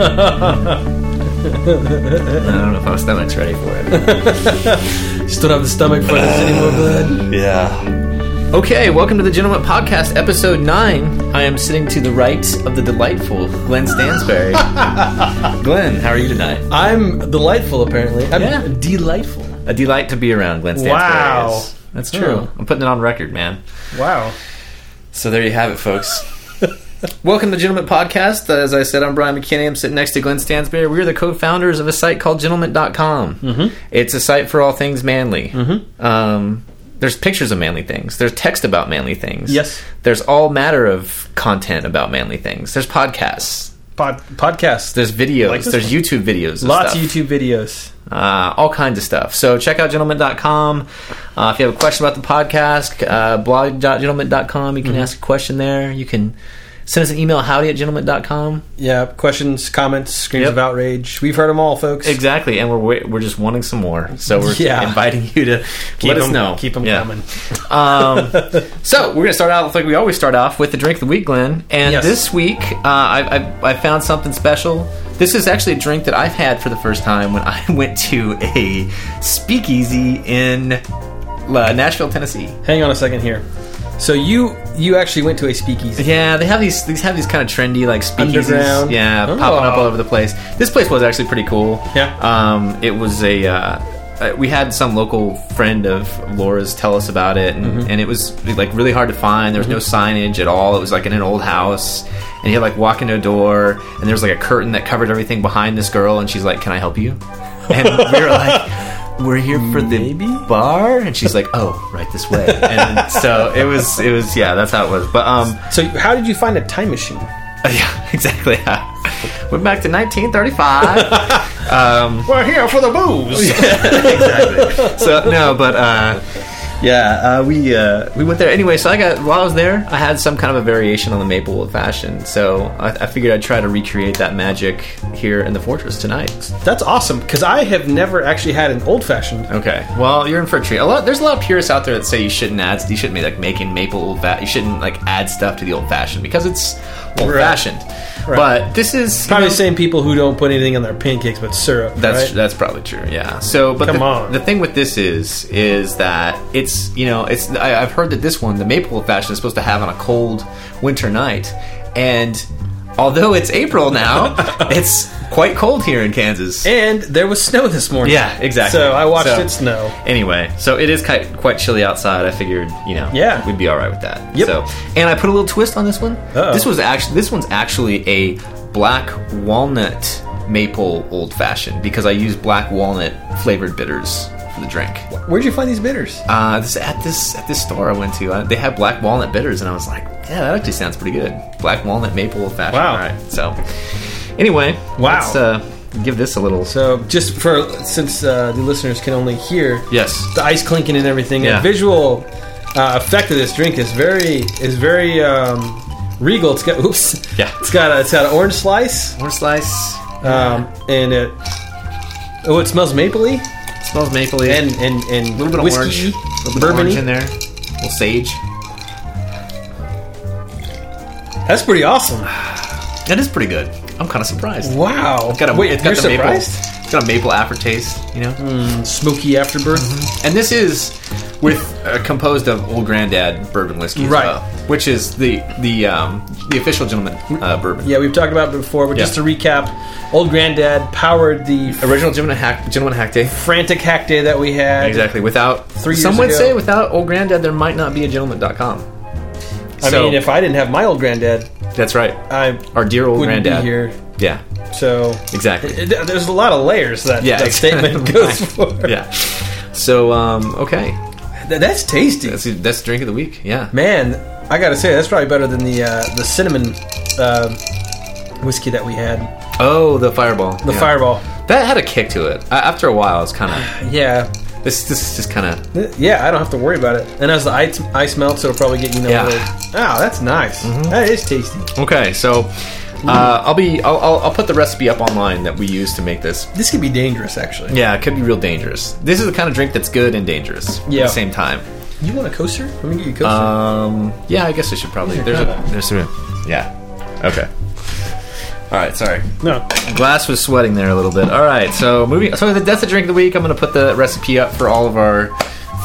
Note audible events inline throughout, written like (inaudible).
I don't know if my stomach's ready for it. (laughs) Still don't have the stomach for this anymore, bud. Yeah. Okay, welcome to the Gentleman Podcast, episode nine. I am sitting to the right of the delightful Glenn (laughs) Stansberry. Glenn, how are you tonight? I'm delightful, apparently. I'm Yeah. delightful. A delight to be around, Glenn Stansberry. Wow. is. that's Huh. true. I'm putting it on record, man. Wow. So there you have it, folks. Welcome to Gentleman Podcast. Uh, As I said, I'm Brian McKinney. I'm sitting next to Glenn Stansberry. We are the co-founders of a site called Gentleman.com. Mm-hmm. It's a site for all things manly. Mm-hmm. Um, there's pictures of manly things. There's text about manly things. Yes. There's all matter of content about manly things. There's podcasts. Pod- podcast. There's videos. Like this there's YouTube videos. of Lots stuff of YouTube videos. uh, all kinds of stuff. So check out gentleman.com. Uh, if you have a question about the podcast, uh, blog.gentleman.com, you can ask a question there. You can send us an email, howdy at gentleman.com. Yeah. Questions, comments, screams Yep. of outrage. We've heard them all, folks. Exactly. And we're, wa- we're just wanting some more. So (laughs) we're Yeah. inviting you to Keep let us them, know. Keep them Yeah. coming. Um, so we're going to start out like we always start off with the drink of the week, Glenn. And Yes. this week, uh, I, I, I found something special. This is actually a drink that I've had for the first time when (laughs) I went to a speakeasy in uh, Nashville, Tennessee. Hang on a second here. So you you actually went to a speakeasy. Yeah, they have these these have these kind of trendy like speakeasies. Underground. Yeah, Oh. popping up all over the place. This place was actually pretty cool. Yeah. Um, it was a. Uh, uh, we had some local friend of Laura's tell us about it, and, Mm-hmm. and it was like really hard to find. There was no signage at all. It was like in an old house, and you had like walk into a door, and there was like a curtain that covered everything behind this girl, and she's like, "Can I help (laughs) you?" And we were like, "We're here for the bar," and she's like, "Oh, right this way." And so it was, it was, yeah, that's how it was. But um, So how did you find a time machine? (laughs) yeah, exactly. Went back to Um, 1935. (laughs) We're here for the booze. so no, but uh, yeah, uh, we uh, we went there anyway. So I got while I was there, I had some kind of a variation on the maple old fashioned. So I, I figured I'd try to recreate that magic here in the fortress tonight. That's awesome because I have never actually had an old fashioned. Okay, well you're in for a treat. A lot there's a lot of purists out there that say you shouldn't add you shouldn't be like making maple old fa- you shouldn't like add stuff to the old fashioned because it's old fashioned. Right. But this is you Probably know- the same people who don't put anything on their pancakes but syrup. That's right? that's probably true. Yeah. So, but Come the, on. the thing with this is is that it's you know it's I, I've heard that this one the maple fashion is supposed to have on a cold winter night, and although it's April (laughs) now, it's quite cold here in Kansas. And there was snow this morning. yeah, exactly. So I watched So- it snow. Anyway, so it is quite, quite chilly outside. I figured, you know, Yeah. we'd be all right with that. Yep. So, and I put a little twist on this one. Uh-oh. This was actually this one's actually a black walnut maple old fashioned because I use black walnut flavored bitters for the drink. Where'd you find these bitters? Uh, this at this at this store I went to, I, they had black walnut bitters, and I was like, yeah, that actually sounds pretty good. Black walnut maple old fashioned. Wow. All right. So, anyway, Wow. Let's, uh, give this a little. So just for since uh, the listeners can only hear yes. the ice clinking and everything, Yeah. the visual uh, effect of this drink is very is very um, regal. It's got (laughs) oops. Yeah. It's got a, it's got an orange slice, More slice. um, and it oh it smells mapley Smells mapley. and and and A little bit of orange, whiskey, a little bit of bourbon. orange in there, a little sage. That's pretty awesome. That is pretty good. I'm kind of surprised. Wow. It's got a, Wait, it's got the you're surprised? Hmm. Maple, Mm-hmm. it's got a maple aftertaste, you know. Smoky afterbirth. And this is with uh, composed of Old Grandad bourbon whiskey, as Right. well, which is the the um, the official gentleman uh, bourbon. Yeah, we've talked about it before, but just to Yeah. recap, old granddad powered the Original gentleman hack, gentleman hack day. frantic hack day that we had. Exactly. Without Three years some would ago. say without Old Grandad, there might not be a gentleman.com. I mean, if I didn't have my old granddad, that's right, I our dear old wouldn't granddad be here. Yeah, So exactly. (laughs) it- it- there's a lot of layers that Yeah, that exactly. (laughs) statement goes Right. for. Yeah. So um, okay, Th- that's tasty, that's that's drink of the week. Yeah. man. I gotta say, that's probably better than the uh, the cinnamon uh, whiskey that we had. Oh, the fireball. The Yeah. fireball. That had a kick to it. I, after a while, it's kind of Yeah. this. This is just kind of Th- Yeah, I don't have to worry about it. And as the ice, ice melts, it'll probably get you know. Yeah. Mm-hmm. Ah, that's nice. That is tasty. okay. So uh, I'll be. I'll, I'll, I'll put the recipe up online that we use to make this. This could be dangerous, actually. Yeah, it could be real dangerous. This is the kind of drink that's good and dangerous at Yeah. the same time. You want a coaster? Let me get you a coaster. Um. Yeah, I guess I should probably. There's a. There's a. Yeah. Okay. All right. Sorry. no. Glass was sweating there a little bit. All right. So moving. So the that's the drink of the week. I'm going to put the recipe up for all of our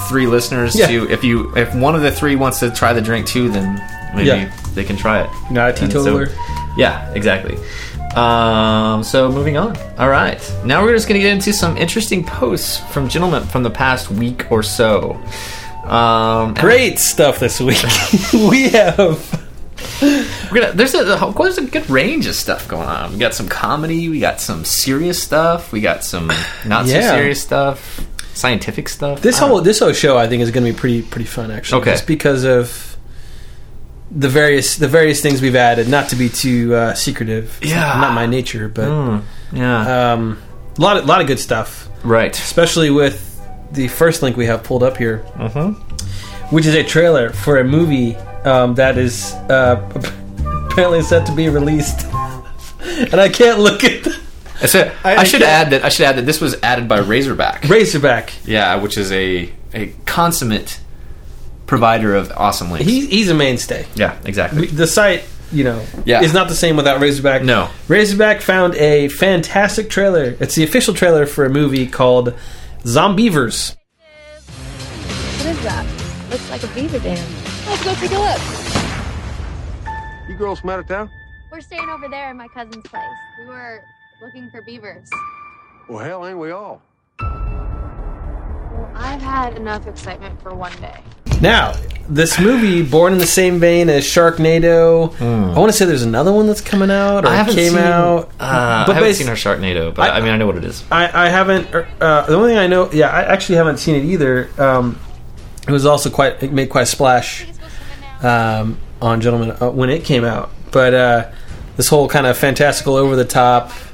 three listeners Yeah. to. If you, if one of the three wants to try the drink too, then maybe Yeah. they can try it. Not a And so- teetotaler. yeah. Exactly. Um, so moving on. All right. Now we're just going to get into some interesting posts from gentlemen from the past week or so. Um, and Great stuff this week. (laughs) we have. We're gonna, there's a of course, there's a good range of stuff going on. We got some comedy, we got some serious stuff, we got (laughs) some not so Yeah. serious stuff, scientific stuff. Uh, This I don't whole know. this whole show, I think, is going to be pretty pretty fun actually. Okay. Just because of the various the various things we've added. Not to be too uh, secretive. It's Yeah. Hmm. Not, not my nature, but yeah, um, a lot of, lot of good stuff. right. Especially with the first link we have pulled up here, Mm-hmm. which is a trailer for a movie um, that is uh, (laughs) apparently set to be released. (laughs) and I can't look at the (laughs) So, I, I- should I- add that I should add that this was added by Razorback. Razorback. yeah, which is a a consummate provider of awesome links. He, he's a mainstay. yeah, We- exactly. The site, you know, Yeah. is not the same without Razorback. No. Razorback found a fantastic trailer. It's the official trailer for a movie called Zombievers. What is that? Looks like a beaver dam. Let's go take a look. You girls from out of town? We're staying over there in my cousin's place. We were looking for beavers. Well, hell, ain't we all? Well, I've had enough excitement for one day. Now, this movie, born in the same vein as Sharknado, I want to say there's another one that's coming out or Hmm. I haven't came seen, out. Uh, but I haven't bas- seen our Sharknado, but I, I- mean I know what it (laughs) is. I, I haven't. er, Uh, the only thing I know, yeah, I actually haven't seen it either. Um, it was also quite it made quite a splash um, on Gentlemen uh, when it came out. But uh, this whole kind of fantastical, over the top (laughs)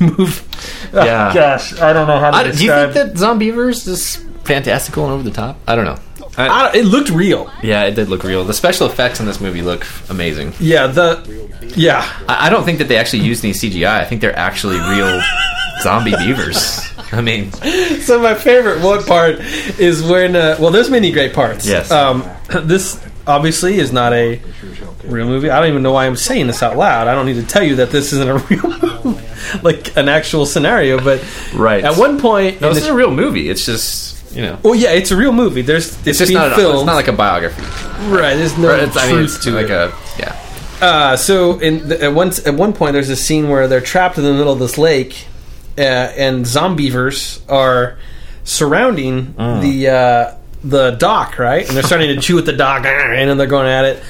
move. Oh, Yeah. gosh, I don't know how to I, do you describe. think that Zombievers is fantastical and over the top? I don't know. I- I don't- it looked real. Yeah, it did look real. The special effects in this movie look amazing. Yeah, the yeah. (laughs) I, I don't think that they actually used any CGI. I think they're actually real zombie beavers. I mean, So my favorite one part is when uh, well, there's many great parts. Yes. Um, (clears throat) this obviously is not a real movie. I don't even know why I'm saying this out loud. I don't need to tell you that this isn't a (laughs) real movie, like an actual scenario. But right. at one point, no, in this the- is a real movie. It's just you know, well, yeah, it's a real movie. There's it's, it's just being not an, filmed. it's not like a biography. right. There's no Or it's, truth I mean, it's to like it. a yeah. Uh, so in the, at once at one point, there's a scene where they're trapped in the middle of this lake, uh, and zombievers are surrounding Oh. the uh, the dock, right? And they're starting to chew at the dock, (laughs) and then they're going at it.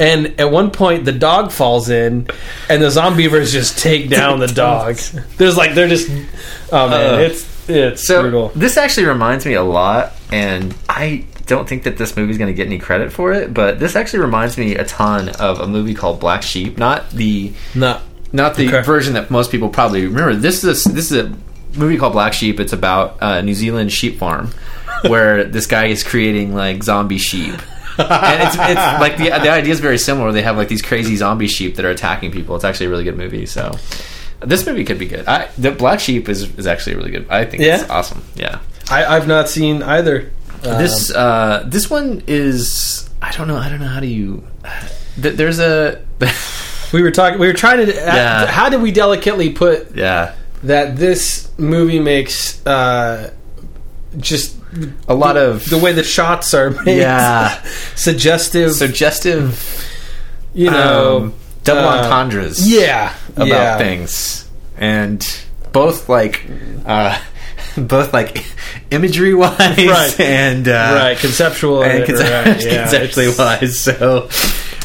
And at one point, the dog falls in, and the zombievers just take (laughs) down the dog. There's like they're just, oh man, Uh, it's it's So brutal. this actually reminds me a lot, and I don't think that this movie's going to get any credit for it, but this actually reminds me a ton of a movie called Black Sheep, not the No, not the Okay. version that most people probably remember. This is this is a movie called Black Sheep. It's about a New Zealand sheep farm where (laughs) this guy is creating like zombie sheep. and it's, it's like the the idea is very similar. They have like these crazy zombie sheep that are attacking people. It's actually a really good movie. So this movie could be good. I, the Black Sheep is, is actually really good. I think Yeah? it's awesome. Yeah. I, I've not seen either. Um, This uh, this one is I don't know I don't know how do you th- there's a (laughs) we were talking. We were trying to. Yeah. How did we delicately put yeah that this movie makes uh, just a lot of the way the shots are made yeah (laughs) suggestive suggestive you know um, double uh, entendres yeah about yeah. things and both like uh (laughs) both like (laughs) imagery wise (laughs) Right. and uh right conceptual of and (laughs) it, conce- right, yeah. conceptually wise so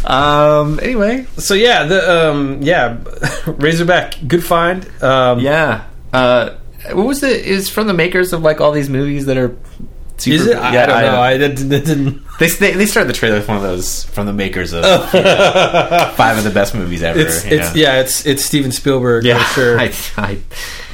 um anyway so yeah the um yeah (laughs) razorback good find um yeah uh what was the is from the makers of like all these movies that are Super, Is it? I, I don't know. I, that, (laughs) that didn't. (laughs) They, they they started the trailer with one of those from the makers of five of the best movies ever. Oh. It's, you it's know? yeah. It's it's Steven Spielberg. yeah. (laughs) Yeah, for sure. I, I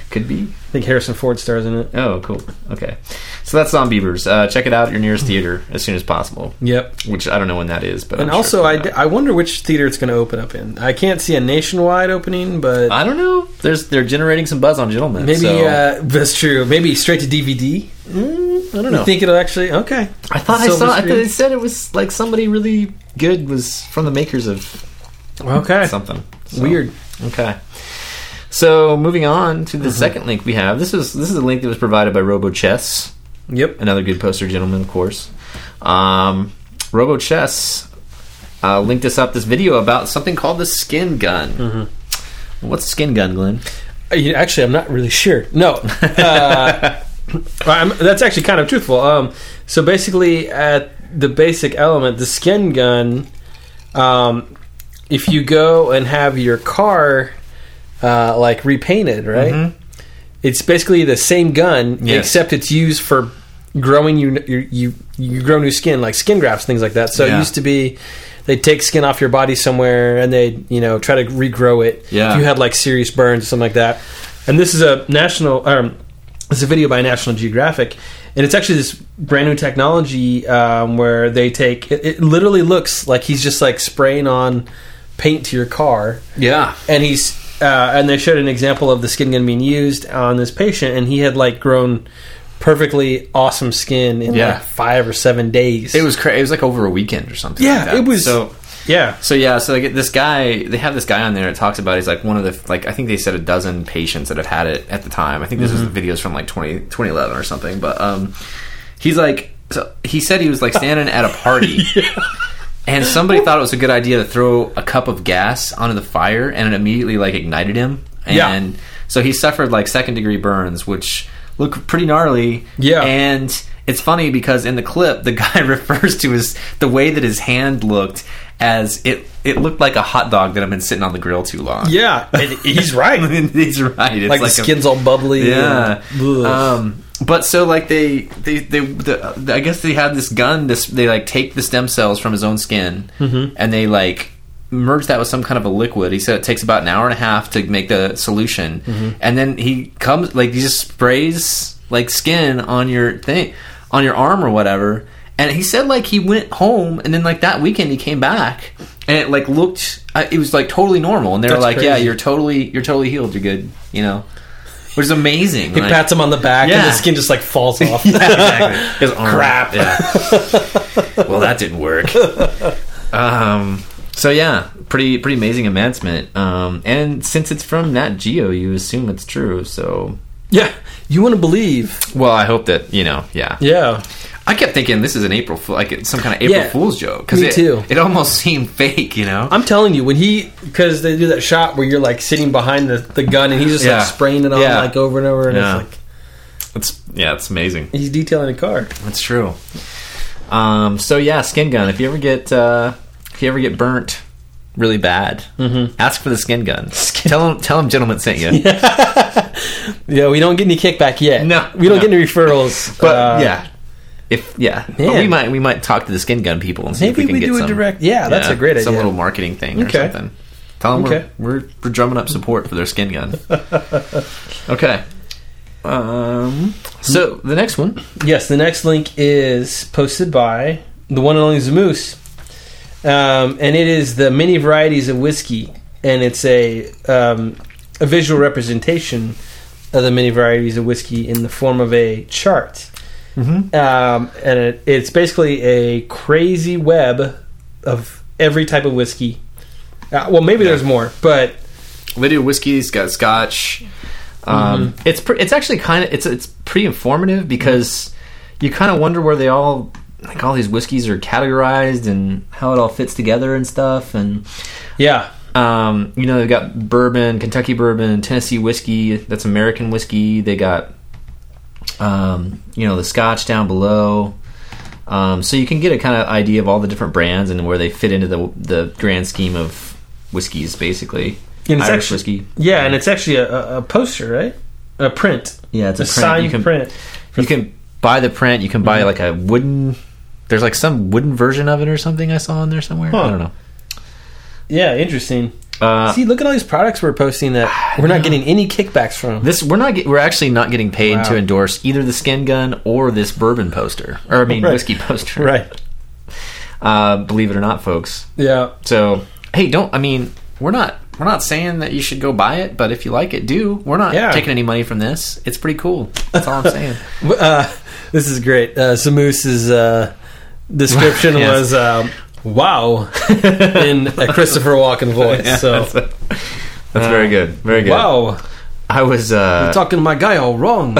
could be. I think Harrison Ford stars in it. Oh, cool. Okay, so that's Zombievers. Uh, check it out at your nearest theater as soon as possible. Yep. Which I don't know when that is, but And I'm sure it's also, I, coming d- out. I wonder which theater it's going to open up in. I can't see a nationwide opening, but I don't know. There's they're generating some buzz on Gentlemen. maybe so- uh, that's true. Maybe straight to DVD. I don't You know. think it'll actually okay? I thought I Silver saw. I thought screen? they said it was like somebody really good was from the makers of Okay, something So- weird. Okay. So moving on to the Mm-hmm. second link we have. This is this is a link that was provided by Robo Chess. Yep. another good poster gentleman, of course. Um, Robo Chess uh, linked us up this video about something called the skin gun. What's a skin gun, Glenn? Uh, you- Actually, I'm not really sure. No, (laughs) uh, I'm, that's actually kind of truthful. Um, so basically, at the basic element, the skin gun. Um, if you go and have your car uh, like repainted, right? It's basically the same gun, Mm-hmm. Yes. except it's used for growing you you you, you grow new skin, like skin grafts, things like that. So Yeah. it used to be. They take skin off your body somewhere, and they, you know, try to regrow it. Yeah. If you had like serious burns or something like that. And this is a national, um, it's a video by National Geographic, and it's actually this brand new technology um, where they take it, it. Literally looks like he's just like spraying on paint to your car, Yeah. and he's uh, and they showed an example of the skin gun being used on this patient, and he had like grown perfectly awesome skin in Yeah. like five or seven days. It was cra- it was like over a weekend or something. Yeah, like that. it was- So yeah. so yeah, so like this guy, they have this guy on there. It talks about he's like one of the like I think they said a dozen patients that have had it at the time. I think this Mm-hmm. is the videos from like 20, 2011 or something. But um, he's like so he said he was like standing at a (laughs) party. And somebody thought it was a good idea to throw a cup of gas onto the fire, and it immediately like ignited him. Yeah. And so he suffered like second degree burns, which look pretty gnarly. Yeah. And it's funny because in the clip, the (laughs) guy refers to his the way that his hand looked as it it looked like a hot dog that had been sitting on the grill too long. Yeah, and he's right. like, (laughs) he's right. It's the a- skin's all bubbly. yeah. and- Ugh. Um, but so like they they they the, I guess they had this gun. This they like take the stem cells from his own skin Mm-hmm. and they like merge that with some kind of a liquid. He said it takes about an hour and a half to make the solution, Mm-hmm. and then he comes like he just sprays like skin on your thing on your arm or whatever. And he said like he went home and then like that weekend he came back and it like looked uh, it was like totally normal and they were That's like yeah crazy. you're totally you're totally healed you're good you know which is amazing He like- pats him on the back, and Yeah. the skin just like falls (laughs) off. (laughs) exactly. His arm. Crap. Yeah. well, that didn't work. Um. So yeah, pretty pretty amazing advancement. Um. And since it's from Nat Geo, you assume it's true. So. yeah, you want to believe? Well, I hope that you know. Yeah. Yeah, I kept thinking this is an April Fool, like it's some kind of April Yeah. Fool's joke. 'cause Me it, too. It almost (laughs) seemed fake, you know. I'm telling you, when he because they do that shot where you're like sitting behind the, the gun, and he's just Yeah. like spraying it on Yeah. like over and over, and Yeah. it's like It's yeah, it's amazing. he's detailing a car. That's true. Um, so yeah, skin gun. If you ever get uh, if you ever get burnt really bad, Mm-hmm. ask for the skin (laughs) gun. Tell them tell them gentlemen sent you. Yeah, we don't get any kickback yet. No. we don't No. get any referrals. But Uh, yeah, if yeah, But Man. we might we might talk to the skin gun people and see if we maybe can we get do a some, direct. Yeah, that's a great idea. some little marketing thing or Okay. something. Tell them Okay. we're, we're we're drumming up support for their skin (laughs) gun. okay. Um. So the next one. Yes, the next link is posted by the one and only Zamoose. Um, and it is the many varieties of whiskey, and it's a, um, a visual representation of the many varieties of whiskey in the form of a chart. Mm-hmm. Um, and it, it's basically a crazy web of every type of whiskey. Uh, well, maybe there's more, but They do whiskeys, got scotch. Um, Mm-hmm. It's pre- it's actually kind of it's it's pretty informative because you kind of wonder where they all like all these whiskeys are categorized and how it all fits together and stuff. And yeah, um, you know they've got bourbon, Kentucky bourbon, Tennessee whiskey. That's American whiskey. They got um, you know the scotch down below. Um, so you can get a kind of idea of all the different brands and where they fit into the the grand scheme of whiskeys, basically. And it's Irish actu- whiskey. yeah, and it's actually a, a, a poster, right? A print, Yeah, it's a, a print. Mm-hmm. signed you can, print. You can buy the print. You can buy like a wooden. There's like some wooden version of it or something I saw in there somewhere. I don't know. Yeah, interesting. Uh, See, look at all these products we're (sighs) posting that we're not getting any kickbacks from. This we're not get, we're actually not getting paid Wow. to endorse either the skin gun or this bourbon poster or I mean Right. whiskey poster. Uh, believe it or not, folks. Yeah. So hey, don't I mean we're not we're not saying that you should go buy it, but if you like it, do. We're not Yeah. taking any money from this. It's pretty cool. That's all I'm saying. Uh, this is great. Uh, Samus's uh, (laughs) description Yes. was um, (laughs) wow in a Christopher Walken voice. Yeah, so that's, (laughs) that's very good. Very good. wow, Uh, I was uh, talking to my guy all wrong.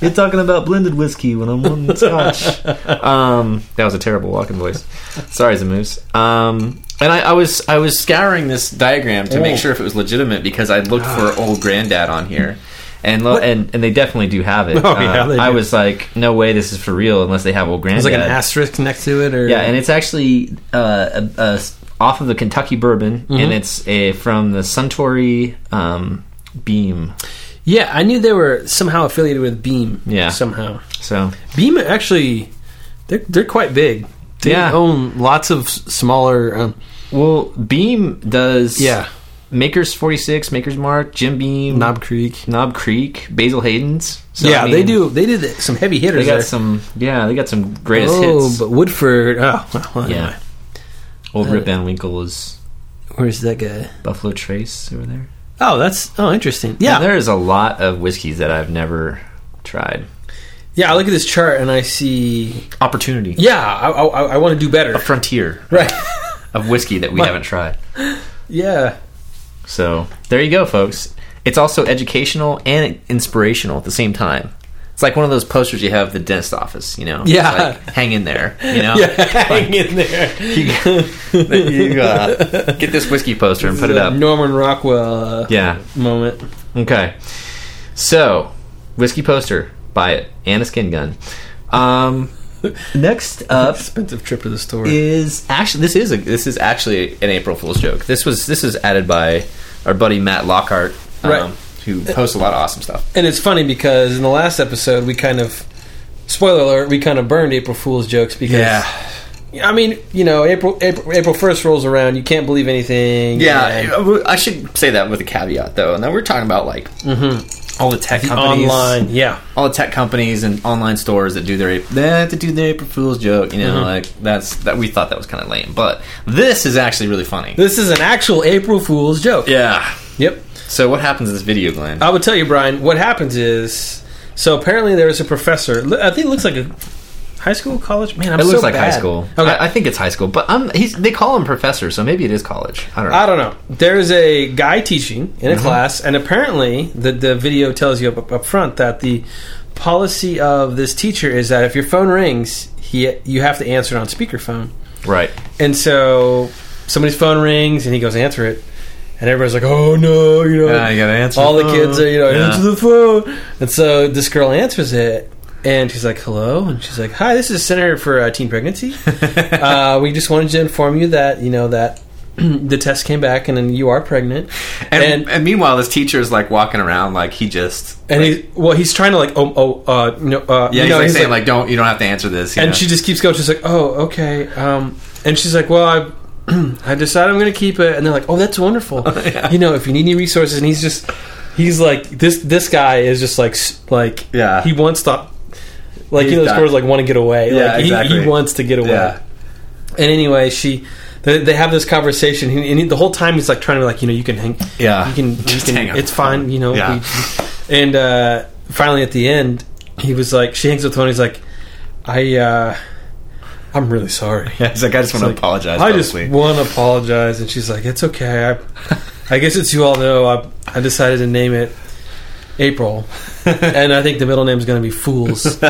You're talking about blended whiskey when I'm on scotch. (laughs) um, that was a terrible walking voice. Sorry, Zamoose. Um, and I, I was I was scouring this diagram to Oh. make sure if it was legitimate because I looked for old granddad on here. And, lo- and and they definitely do have it. Uh, Oh, yeah, they I do. was like, no way, this is for real unless they have old granddad. There's like an asterisk next to it, or Yeah, and it's actually uh, a, a, off of the Kentucky bourbon, and it's a, from the Suntory um, Beam. Yeah, I knew they were somehow affiliated with Beam. Yeah. somehow So Beam actually, they're they're quite big. They Yeah. own lots of s- smaller. Um, Well, Beam does. Yeah. Makers 46, Makers Mark, Jim Beam, Knob Creek. Knob Creek, Basil Hayden's. So, yeah, I they mean, do. They did some heavy hitters. They got there. some. Yeah, they got some greatest oh, hits. but Woodford. Oh, (laughs) well, anyway. Uh, yeah. Old Rip Van Winkle is Where's that guy? Buffalo Trace over there. Oh, that's oh interesting. Yeah, And there is a lot of whiskeys that I've never tried. yeah. I look at this chart and I see. Opportunity. Yeah, I, I, I want to do better. A frontier (laughs) Right. of whiskey that we haven't tried. yeah. So there you go, folks. It's also educational and inspirational at the same time. It's like one of those posters you have at the dentist office, you know? Yeah. It's like, hang in there, (laughs) you know? (laughs) Hang in there. you uh, get this whiskey poster and put it up. Norman Rockwell uh, Yeah. moment. Okay. So, whiskey poster, buy it, and a skin gun. Um, next up Expensive trip to the store. is actually this is a, this is actually an April Fool's joke. This was this is added by our buddy Matt Lockhart, um, Right. who posts a lot of awesome stuff. And it's funny because in the last episode we kind of spoiler alert, we kind of burned April Fool's jokes because I mean, you know, April April April first rolls around, you can't believe anything. and Yeah, I I should say that with a caveat, though. And then we're talking about like Mm-hmm. all the tech companies, online. Yeah. all the tech companies and online stores that do their that to do their April Fool's joke. You know, Mm-hmm. like that's that we thought that was kind of lame, but this is actually really funny. This is an actual April Fool's joke. yeah. Yep. So what happens in this video, Glenn? I would tell you, Brian, what happens is so apparently there is a professor. li- I think it looks like a high school, college. Man, I'm it looks so like high bad. school. Okay. I, I think it's high school, but I'm, he's, they call him professor, so maybe it is college. I don't know. I don't know. There's a guy teaching in a Mm-hmm. class, and apparently the, the video tells you up, up front that the policy of this teacher is that if your phone rings, he you have to answer it on speakerphone. right. And so somebody's phone rings, and he goes answer it, and everybody's like, "Oh no!" You know, Yeah, you gotta answer All the the phone. kids are, you know, Yeah. answer the phone. And so this girl answers it, and she's like, "Hello," and she's like, "Hi, this is Senator for uh, (laughs) Teen Pregnancy. (laughs) uh, we just wanted to inform you that you know that." (clears throat) the test came back, and then you are pregnant, And, and, meanwhile, this teacher is like walking around like he just and he well, he's trying to like oh oh uh, no uh, yeah he's no, like saying like, don't you don't have to answer this. you and know? she just keeps going. She's like, "Oh, okay." Um, and she's like, "Well, I, I (clears throat) decided I'm going to keep it." And they're like, "Oh, (laughs) that's wonderful." You know, if you need any resources, and he's just, he's like, this this guy is just like s- like Yeah. he wants to, like He's you know, those done. girls like want to get away. Yeah, like, he- exactly. He, wants to get away. Yeah. And anyway, she. They, they have this conversation, and he- the whole time he's like trying to be like you know you can hang Yeah. you can you Just can- hang up it's the phone. fine you know Yeah. we- and uh, finally at the end he was like she hangs up the phone he's like I uh I'm really sorry. (laughs) Yeah, he's like, I just want to Like, apologize. I just publicly." want to apologize, and she's like, "It's okay. I, I guess it's you all know. I, I decided to name it (laughs) April, and I think the middle name's going to be Fools.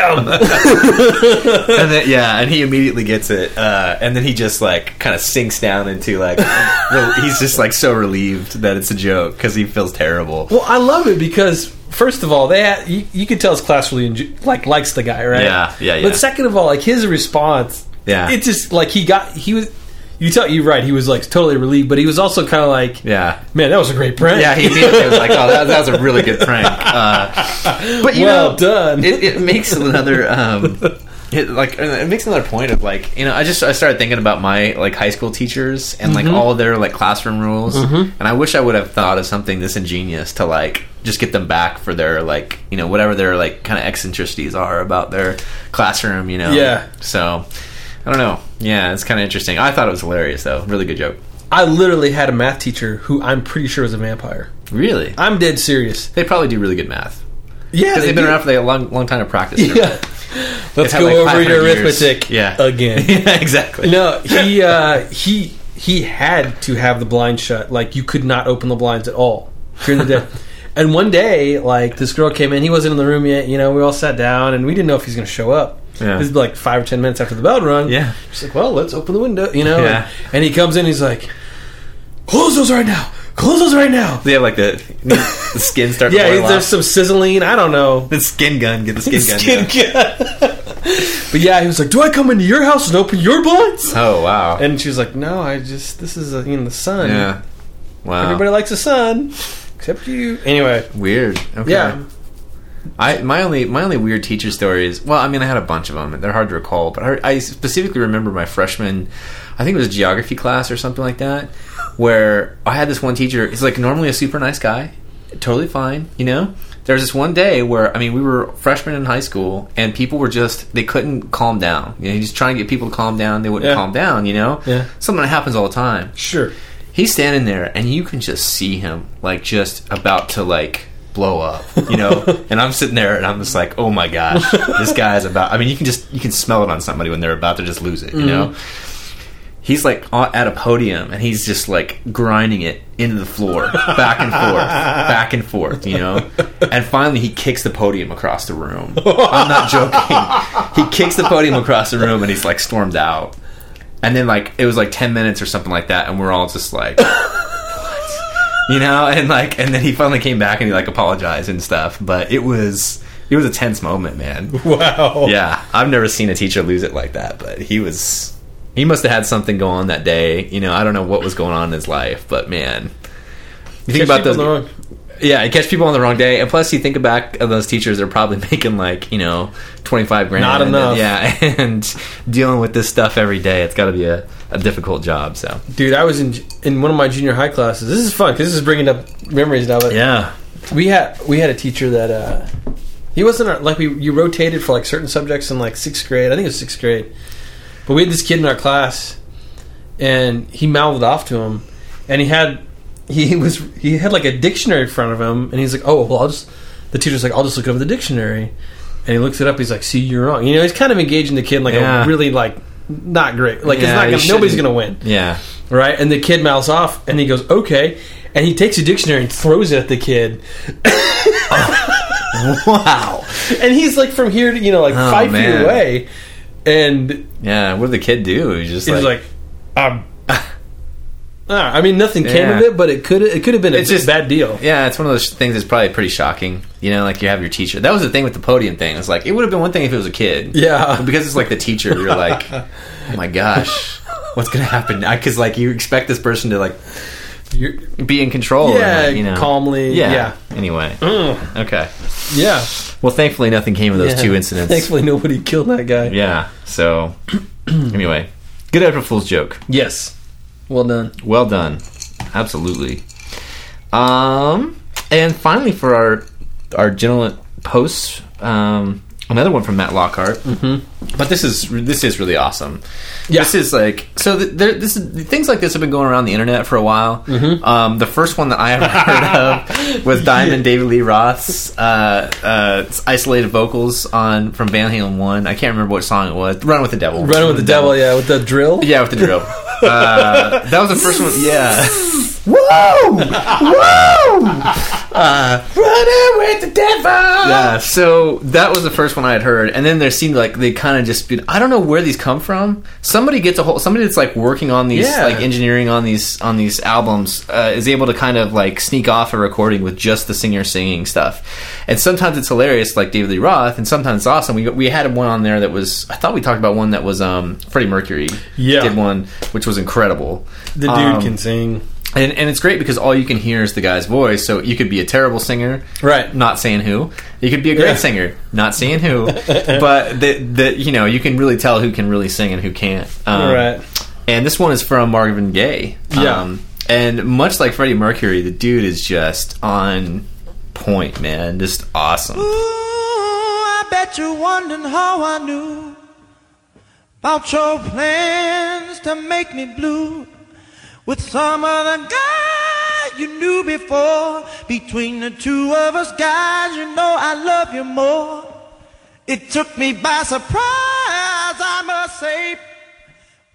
and (laughs) then, yeah, and he immediately gets it, uh, and then he just like kind of sinks down into like (laughs) the- he's just like so relieved that it's a joke because he feels terrible. well, I love it because first of all, they had, you, you could tell his class really enjo- like likes the guy, right? Yeah, yeah, yeah. But second of all, like his response, Yeah. it's just like he got he was You tell you right. He was like totally relieved, but he was also kind of like, Yeah. man, that was a great prank. Yeah, he immediately was like, "Oh, that, that was a really good prank." Uh, but you Well know, done. It, it makes another um, it, like it makes another point of like you know I just I started thinking about my like high school teachers and Mm-hmm. like all their like classroom rules, and I wish I would have thought of something this ingenious to like just get them back for their like you know whatever their like kind of eccentricities are about their classroom, you know. Yeah. So I don't know. Yeah, it's kind of interesting. I thought it was hilarious though. Really good joke. I literally had a math teacher who I'm pretty sure was a vampire. Really. I'm dead serious. they probably do really good math. Yeah, Because they they've been do. (laughs) around for like, a long, long time of practice. Yeah. Let's had go like over your 500 years. arithmetic Yeah. again. (laughs) yeah, exactly. No, he uh, he he had to have the blind shut. Like you could not open the blinds at all during the (laughs) day. and one day, like this girl came in. He wasn't in the room yet. You know, we all sat down, and we didn't know if he's going to show up. Yeah. This is like five or ten minutes after the bell rung. Yeah. she's like, "Well, let's open the window," you know. Yeah. And, and he comes in. He's like, "Close those right now! Close those right now!" They have like the, the skin start. to (laughs) Yeah, boil there's off. some sizzling. I don't know. the skin gun. Get the (laughs) skin gun. Skin yeah. gun. but yeah, he was like, "Do I come into your house and open your blinds?" Oh wow. And she was like, "No, I just this is a, you know the sun. yeah. Wow. Everybody likes the sun, except you." Anyway, Weird. Okay. Yeah. I my only my only weird teacher story is well I mean I had a bunch of them and they're hard to recall but I, I specifically remember my freshman I think it was geography class or something like that where I had this one teacher he's like normally a super nice guy totally fine you know there's this one day where I mean we were freshmen in high school and people were just they couldn't calm down you know he's trying to get people to calm down they wouldn't Yeah. calm down you know Yeah. something that happens all the time sure. he's standing there and you can just see him like just about to like blow up you know and i'm sitting there and i'm just like oh my gosh this guy's about i mean you can just you can smell it on somebody when they're about to just lose it you know he's like o- at a podium and he's just like grinding it into the floor back and forth back and forth you know and finally he kicks the podium across the room i'm not joking he kicks the podium across the room and he's like stormed out and then like it was like 10 minutes or something like that and we're all just (laughs) like (laughs) you know and like and then he finally came back and he like apologized and stuff but it was it was a tense moment man (laughs) Wow. yeah i've never seen a teacher lose it like that but he was he must have had something go on that day you know i don't know what was going on in his life but man you think about those yeah you catch people on the wrong day and plus you think back of those teachers they're probably (laughs) making like you know 25 grand Not enough. yeah (laughs) and dealing with this stuff every day it's got to be a, a difficult job so dude. I was in in one of my junior high classes. This is fun 'cause this is bringing up memories now. But yeah we had we had a teacher that uh, he wasn't our, like we you rotated for like certain subjects in like sixth grade. I think it was sixth grade, but we had this kid in our class, and he mouthed off to him, and he had he was he had like a dictionary in front of him, and he's like, oh well, I'll just the teacher's like, I'll just look over the dictionary, and he looks it up. He's like, see, you're wrong. You know, he's kind of engaging the kid in like Yeah. a really like not great. Like Yeah, you it's not gonna, nobody's shouldn't- gonna win (laughs) yeah right? And the kid mouths off, and he goes, "Okay," and he takes a dictionary and throws it at the kid. wow And he's like from here to you know like Oh, five man. feet away, and yeah what did the kid do he was just he's like, like, (laughs) "Um." Ah, I mean, nothing came Yeah. of it, but it could it could have been It's a just- bad deal. Yeah, it's one of those things that's probably pretty shocking. You know, like you have your teacher. That was the thing with the podium thing. It's like it would have been one thing if it was a kid. (laughs) Yeah. But because it's like the teacher, you're (laughs) like, oh my gosh, what's gonna happen? Because like you expect this person to like You're- be in control. and, Yeah, like, you know. calmly, yeah. Mm. Anyway. Okay. yeah. Well, thankfully, nothing came of those (laughs) two incidents. Thankfully, nobody killed that guy. Yeah. So, anyway, good April Fool's joke. Yes. Well done. Well done. Absolutely. Um, and finally for our our gentleman posts, um, another one from Matt Lockhart. Mm-hmm. But this is this is really awesome. Yeah. This is like so. Th- there, this is, things like this have been going around the internet for a while. Mm-hmm. Um, the first one that I (laughs) ever heard of was Diamond David Lee Roth's uh, uh, isolated vocals on from Van Halen One. I can't remember what song it was. Run with the Devil. Running with the devil, yeah, with the drill. Yeah, with the drill. uh, that was the first one. (laughs) Yeah. Woo! Woo! Uh, Running with the devil. (laughs) Yeah. So that was the first one I had heard, and then there seemed like they kind of just. Been, I don't know where these come from. Somebody gets a whole. Somebody that's like working on these, Yeah. like engineering on these on these albums, uh, is able to kind of like sneak off a recording with just the singer singing stuff, and sometimes it's hilarious, like David Lee Roth, and sometimes it's awesome. We we had one on there that was. I thought we talked about one that was um Freddie Mercury Yeah. did one, which was was incredible. The dude Um, can sing. and, and it's great because all you can hear is the guy's voice. So you could be a terrible singer, Right. Not saying who. You could be a great Yeah. singer, not saying (laughs) who. but the, the you know you can really tell who can really sing and who can't. Um, Right. And this one is from Marvin Gaye. Um, Yeah. and much like Freddie Mercury, the dude is just on point, man. Just awesome. Ooh, I bet you're wondering how I knew about your plans to make me blue with some other guy you knew before. Between the two of us, guys, you know I love you more. It took me by surprise, I must say.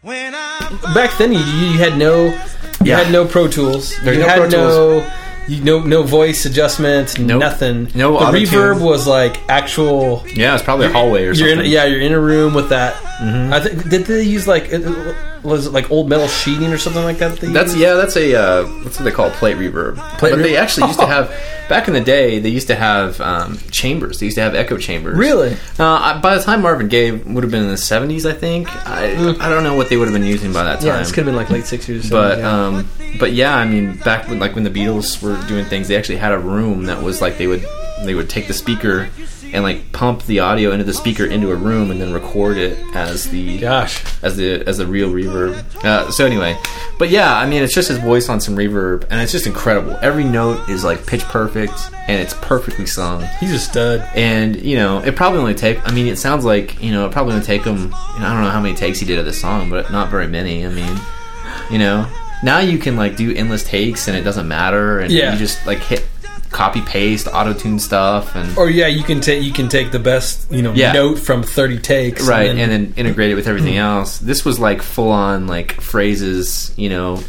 When I Back then, you, you had no, you Yeah. had no Pro Tools. There's you no had Pro Tools. no, you, no, no voice adjustment, Nope. nothing. No the auto-tune. reverb was like actual. Yeah, it's probably a hallway or You're something. Mm-hmm. in, yeah, you're in a room with that. I think did they use like it- it- was it like old metal sheeting or something like that? that they That's used? yeah. That's a uh, what's what they call plate reverb. Plate but they reverb? Oh. actually used to have back in the day. They used to have um, chambers. They used to have echo chambers. Really? Uh, I- by the time Marvin Gaye would have been in the seventies, I think. I, I don't know what they would have been using by that time. yeah. This could have been like late sixties. or but something, yeah. um, but yeah, I mean, back when like when the Beatles were doing things, they actually had a room that was like they would they would take the speaker and like pump the audio into the speaker into a room and then record it as the gosh, as the as the real reverb. Uh, so anyway, but yeah, I mean, it's just his voice on some reverb, and it's just incredible. Every note is like pitch perfect, and it's perfectly sung. he's a stud. And you know, it probably only take. I mean, it sounds like you know, it probably only take him. You know, I don't know how many takes he did of the song, but not very many. I mean, you know, now you can like do endless takes, and it doesn't matter, and Yeah. you just like hit copy paste auto tune stuff and Or yeah, you can take you can take the best you know Yeah. note from thirty takes. right and then, integrate it with (clears throat) everything else this was like full on like phrases you know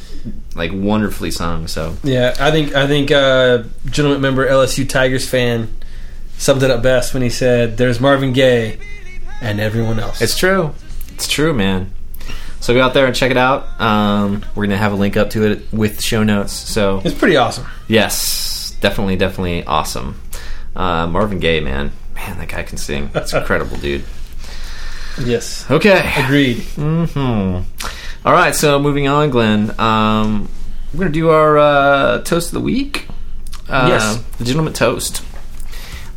like wonderfully sung so Yeah, I think I think uh, gentleman member LSU Tigers fan summed it up best when he said, "There's Marvin Gaye and everyone else." it's true it's true man so go out there and check it out um, we're gonna have a link up to it with show notes so It's pretty awesome. yes definitely definitely awesome uh, marvin gaye man man that guy can sing it's incredible dude Yes, okay agreed. Hmm. All right, so moving on, Glenn. Um, we're going to do our uh, toast of the week. Uh, Yes. the gentleman toast.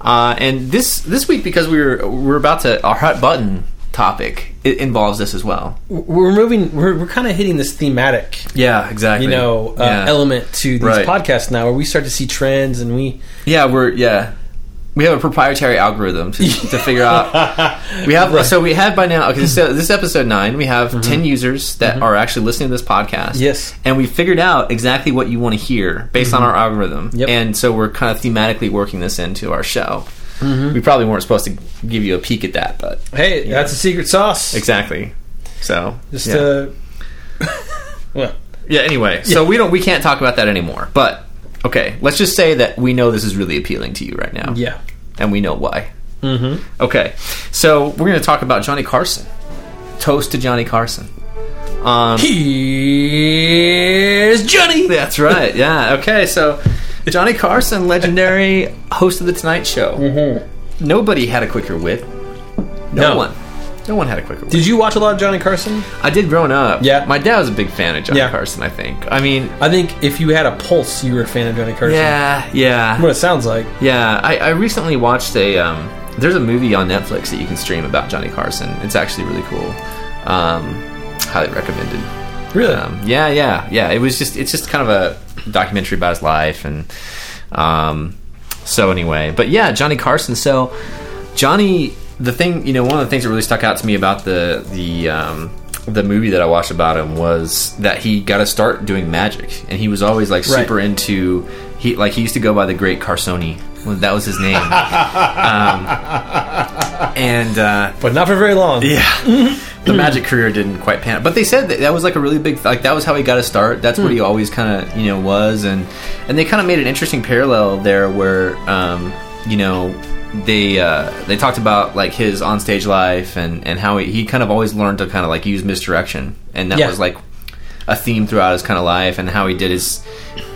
Uh, and this this week, because we were we're about to our hot button topic, it involves this as well. We're moving. We're, we're kind of hitting this thematic, Yeah, exactly. you know, uh, yeah. element to these Right. podcasts now, where we start to see trends and we Yeah, we're yeah. We have a proprietary algorithm (laughs) to, to figure out. We have so we have by now. Okay, so this is episode nine. We have ten users that are actually listening to this podcast. Mm-hmm. Yes. and we figured out exactly what you want to hear based on our algorithm. Mm-hmm. Yep. and so we're kind of thematically working this into our show. Mm-hmm. We probably weren't supposed to give you a peek at that, but hey, that's a secret sauce. exactly. So Just yeah. uh, well, Yeah, anyway, so we don't we can't talk about that anymore. But okay, let's just say that we know this is really appealing to you right now. yeah. and we know why. Mm-hmm. Okay, so we're going to talk about Johnny Carson. Toast to Johnny Carson. Um, Here's (laughs) Johnny. that's right. Yeah. Okay. So Johnny Carson, legendary host of the Tonight Show. Mm-hmm. Nobody had a quicker wit. No, No. one. No one had a quicker wit. Did you watch a lot of Johnny Carson? I did growing up. Yeah. My dad was a big fan of Johnny Yeah. Carson. I think. I mean. I think if you had a pulse, you were a fan of Johnny Carson. Yeah. Yeah. What it sounds like. Yeah, I, I recently watched a. Um, there's a movie on Netflix that you can stream about Johnny Carson. It's actually really cool. Um, highly recommended. Really? Um, yeah, yeah, yeah. It was just it's just kind of a documentary about his life and um, so anyway. But yeah, Johnny Carson. So Johnny, the thing you know, one of the things that really stuck out to me about the the um, the movie that I watched about him was that he got to start doing magic, and he was always like Right. super into he like he used to go by the Great Carsoni. Well, that was his name. um, and uh, but not for very long. yeah. the magic career didn't quite pan out. But they said that that was like a really big like that was how he got his start. That's what he always kind of, you know, was and and they kind of made an interesting parallel there where um, you know, they uh, they talked about like his onstage life and and how he, he kind of always learned to kind of like use misdirection and that Yeah. was like a theme throughout his kind of life and how he did his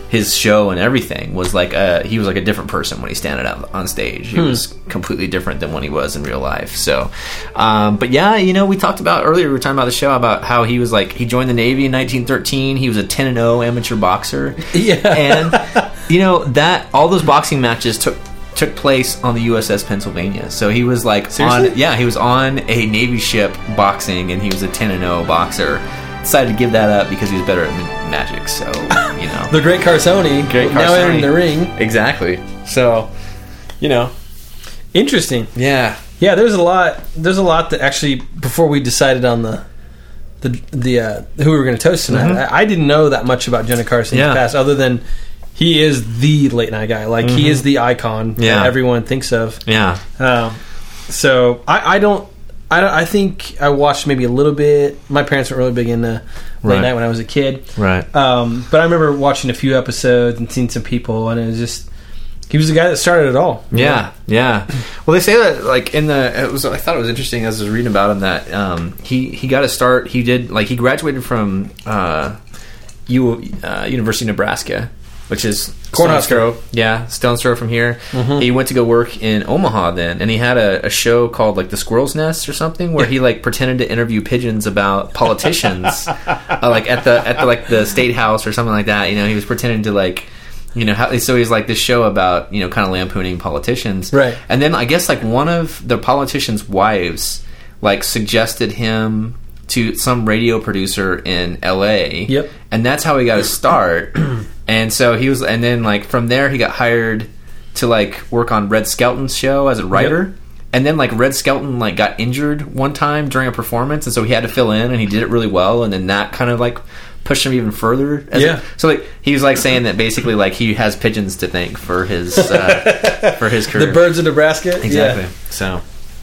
his show and everything was like a, he was like a different person when he standing up on stage. He was completely different than when he was in real life. So, um, but yeah, you know, we talked about earlier. We were talking about the show about how he was like he joined the Navy in 1913. He was a 10 and 0 amateur boxer. (laughs) Yeah. and you know that all those boxing matches took took place on the USS Pennsylvania. So he was like Seriously? on yeah, he was on a Navy ship boxing and he was a 10 and 0 boxer. Decided to give that up because he was better at ma- magic, so you know. The Great Carsoni Great now Carson. entering the ring. Exactly. So, you know, Interesting. yeah. Yeah, there's a lot. There's a lot that actually before we decided on the the the uh, who we were going to toast tonight. I, I didn't know that much about Jenna Carson's Mm-hmm. Yeah. past, other than he is the late night guy. Like he is the icon Mm-hmm. Yeah. that everyone thinks of. Yeah. Um, so I, I don't. I, don't, I think I watched maybe a little bit. My parents weren't really big into late Right. night when I was a kid, Right. um, but I remember watching a few episodes and seeing some people, and it was just he was the guy that started it all. Yeah, yeah. Well, they say that like in the it was. I thought it was interesting as I was reading about him that um, he he got a start. He did like he graduated from uh, U uh, University of Nebraska, which is Cornhusker. stone's throw. Yeah, stone's throw from here. Mm-hmm. He went to go work in Omaha then, and he had a, a show called like the Squirrel's Nest or something where he like pretended to interview pigeons about (laughs) politicians, uh, like at the at the like the state house or something like that. You know, he was pretending to like. You know, how, so he's like this show about you know kind of lampooning politicians, Right. And then I guess like one of the politicians' wives like suggested him to some radio producer in L.A. Yep. and that's how he got his (clears throat) start. and so he was, and then like from there he got hired to like work on Red Skelton's show as a writer. And then like Red Skelton like got injured one time during a performance, and so he had to fill in, and he did it really well. And then that kind of like pushed him even further. as a- Yeah. so like he was like saying that basically like he has pigeons to thank for his (laughs) uh, for his career. The birds of Nebraska, Yeah. exactly. So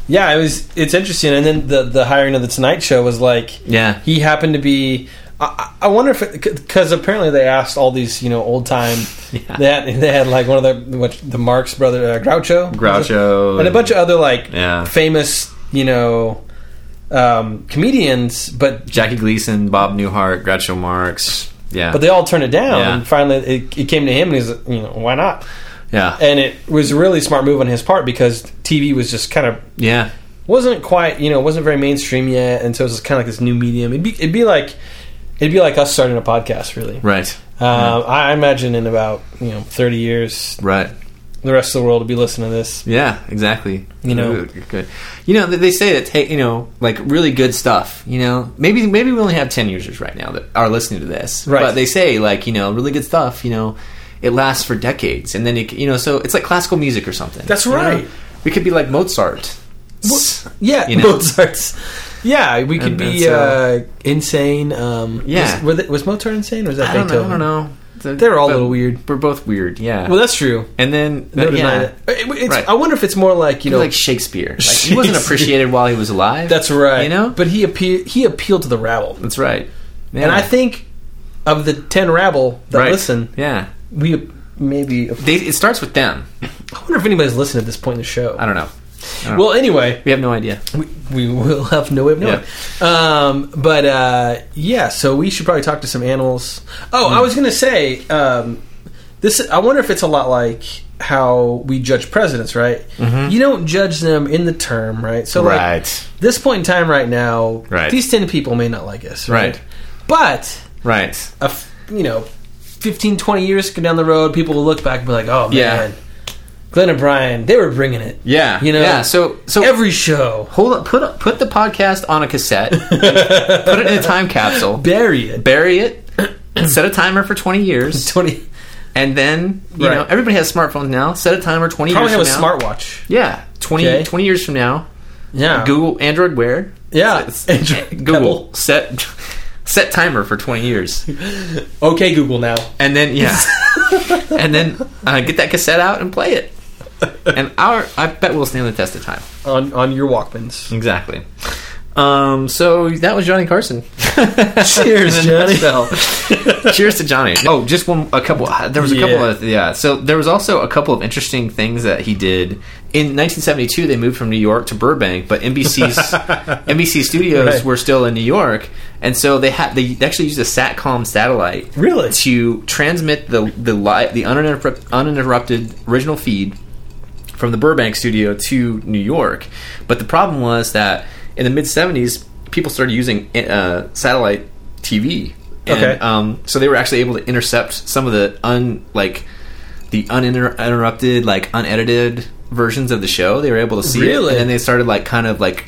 Yeah, it was. It's interesting, and then the the hiring of the Tonight Show was like, Yeah. he happened to be. I, I I wonder if because apparently they asked all these you know old time Yeah. they had they had like one of the what, the Marx brother uh, Groucho Groucho and a bunch of other like Yeah. famous you know um, comedians, but Jackie Gleason, Bob Newhart, Groucho Marx. Yeah, but they all turned it down, Yeah. and finally it, it came to him, and he's like, you know why not? yeah, And it was a really smart move on his part because TV was just kind of yeah, wasn't quite you know wasn't very mainstream yet, and so it was kind of like this new medium. It'd be it'd be like it'd be like us starting a podcast, really. right, Um, I I imagine in about you know thirty years, right. the rest of the world will be listening to this. Yeah, exactly. You know. Ooh, good. You know, they say that hey, you know, like really good stuff. You know, maybe maybe we only have ten users right now that are listening to this. Right. But they say like you know, really good stuff. You know, it lasts for decades, and then it, you know, so it's like classical music or something. That's you know? right. We could be like Mozart. Yeah, (laughs) You know. Mozart's. Yeah, we could And be it's, uh, uh, insane. Um, Yeah. was, were they- was Mozart insane or was that I don't know. Beethoven? I don't know. They're all a little weird. We're both weird. Yeah. Well, that's true. and then No uh, denying yeah. it. It- it's- Right. I wonder if it's more like you know like Shakespeare. Like, he wasn't (laughs) Shakespeare. appreciated while he was alive. that's right. You know, but he appeal he appealed to the rabble, that's right. and Yeah. I think of the ten rabble that Right. listen, Yeah, we maybe I they, it starts with them. wonder if anybody's listened at this point in the show. I don't know. Well, anyway, We have no idea. we, we will (laughs) have no way of knowing. Um, but uh, yeah, so we should probably talk to some animals. Oh, Hmm. I was going to say um, this. I wonder if it's a lot like how we judge presidents, right? You don't judge them in the term, right? So, Mm-hmm. Right. like this point in time, right now, Right. these ten people may not like us, Right. But Right. a f- you know 15 20 years down the road people will look back and be like oh Yeah. man glenn and brian they were bringing it Yeah. you know Yeah. So so every show hold up, put up, put the podcast on a (laughs) cassette. put it in a time capsule. bury it bury it. Set a timer for twenty years, 20 and then you Right. know everybody has smartphones now. Set a timer twenty probably have a years from now. smartwatch yeah, 20, Okay. 20 years from now. yeah Google Android Wear. yeah Android Google (laughs) Pebble. set set timer for twenty years, okay google now and then (laughs) yeah, and then uh, get that cassette out and play it. And our I bet we'll stand the test of time. on on your walkmans Exactly. Um, so that was Johnny Carson. (laughs) Cheers, In a Johnny. (laughs) nutshell. Cheers to Johnny. Oh, just one, a couple. There was a couple Yeah. of yeah. So there was also a couple of interesting things that he did. In 1972, they moved from New York to Burbank, but (laughs) NBC's NBC studios Right. were still in New York, and so they had they actually used a Satcom satellite Really? to transmit the the li- the uninterrupted, uninterrupted original feed from the Burbank studio to New York. But the problem was that in the mid 70s, people started using uh, satellite TV. And, Okay. Um, so they were actually able to intercept some of the un like the uninterrupted, like unedited versions of the show. They were able to see it, Really? and then they started like kind of like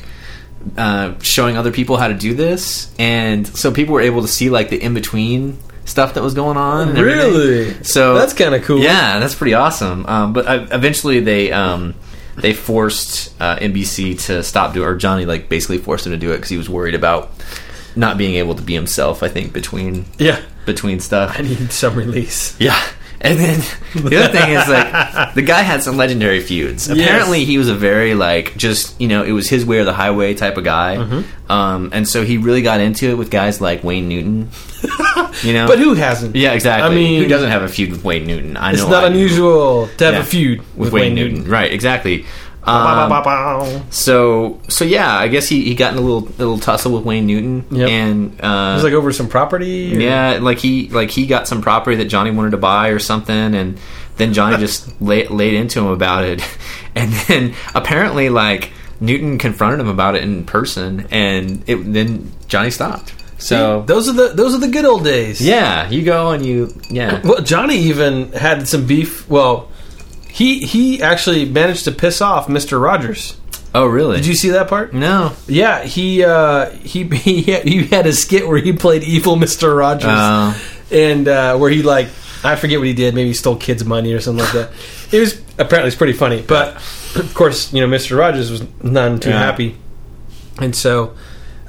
uh, showing other people how to do this, and so people were able to see like the in between stuff that was going on. and everything. Really? So That's kinda cool. Yeah, that's pretty awesome. Um, but uh, eventually they um, they forced uh, NBC to stop doing, or Johnny like basically forced him to do it because he was worried about not being able to be himself. I think between Yeah. between stuff. I need some release. Yeah. And (laughs) then the other thing is like the guy had some legendary feuds. Apparently, he was a very like just you know it was his way or the highway type of guy, Mm-hmm. um, and so he really got into it with guys like Wayne (laughs) Newton. You know, But who hasn't? Yeah, exactly. I mean- who doesn't have a feud with Wayne Newton? I know It's not I do. unusual to have Yeah. a feud with, with, Wayne, Newton. right? Exactly. Um, so so yeah, I guess he, he got in a little little tussle with Wayne Newton, Yep. and uh, It was like over some property. or- yeah, like he like he got some property that Johnny wanted to buy or something, and then Johnny just (laughs) laid, laid into him about it, (laughs) and then apparently like Newton confronted him about it in person, and it then Johnny stopped. So those are the those are the good old days. yeah, you go and you yeah Well, Johnny even had some beef. Well, he he actually managed to piss off Mister Rogers. oh really Did you see that part? no Yeah, he uh, he (laughs) he had, he had a skit where he played evil Mister Rogers, Oh. and uh, where he like I forget what he did. Maybe he stole kids' money or something like that. It was apparently it's pretty funny, but of course you know Mister Rogers was none too Yeah. happy, and so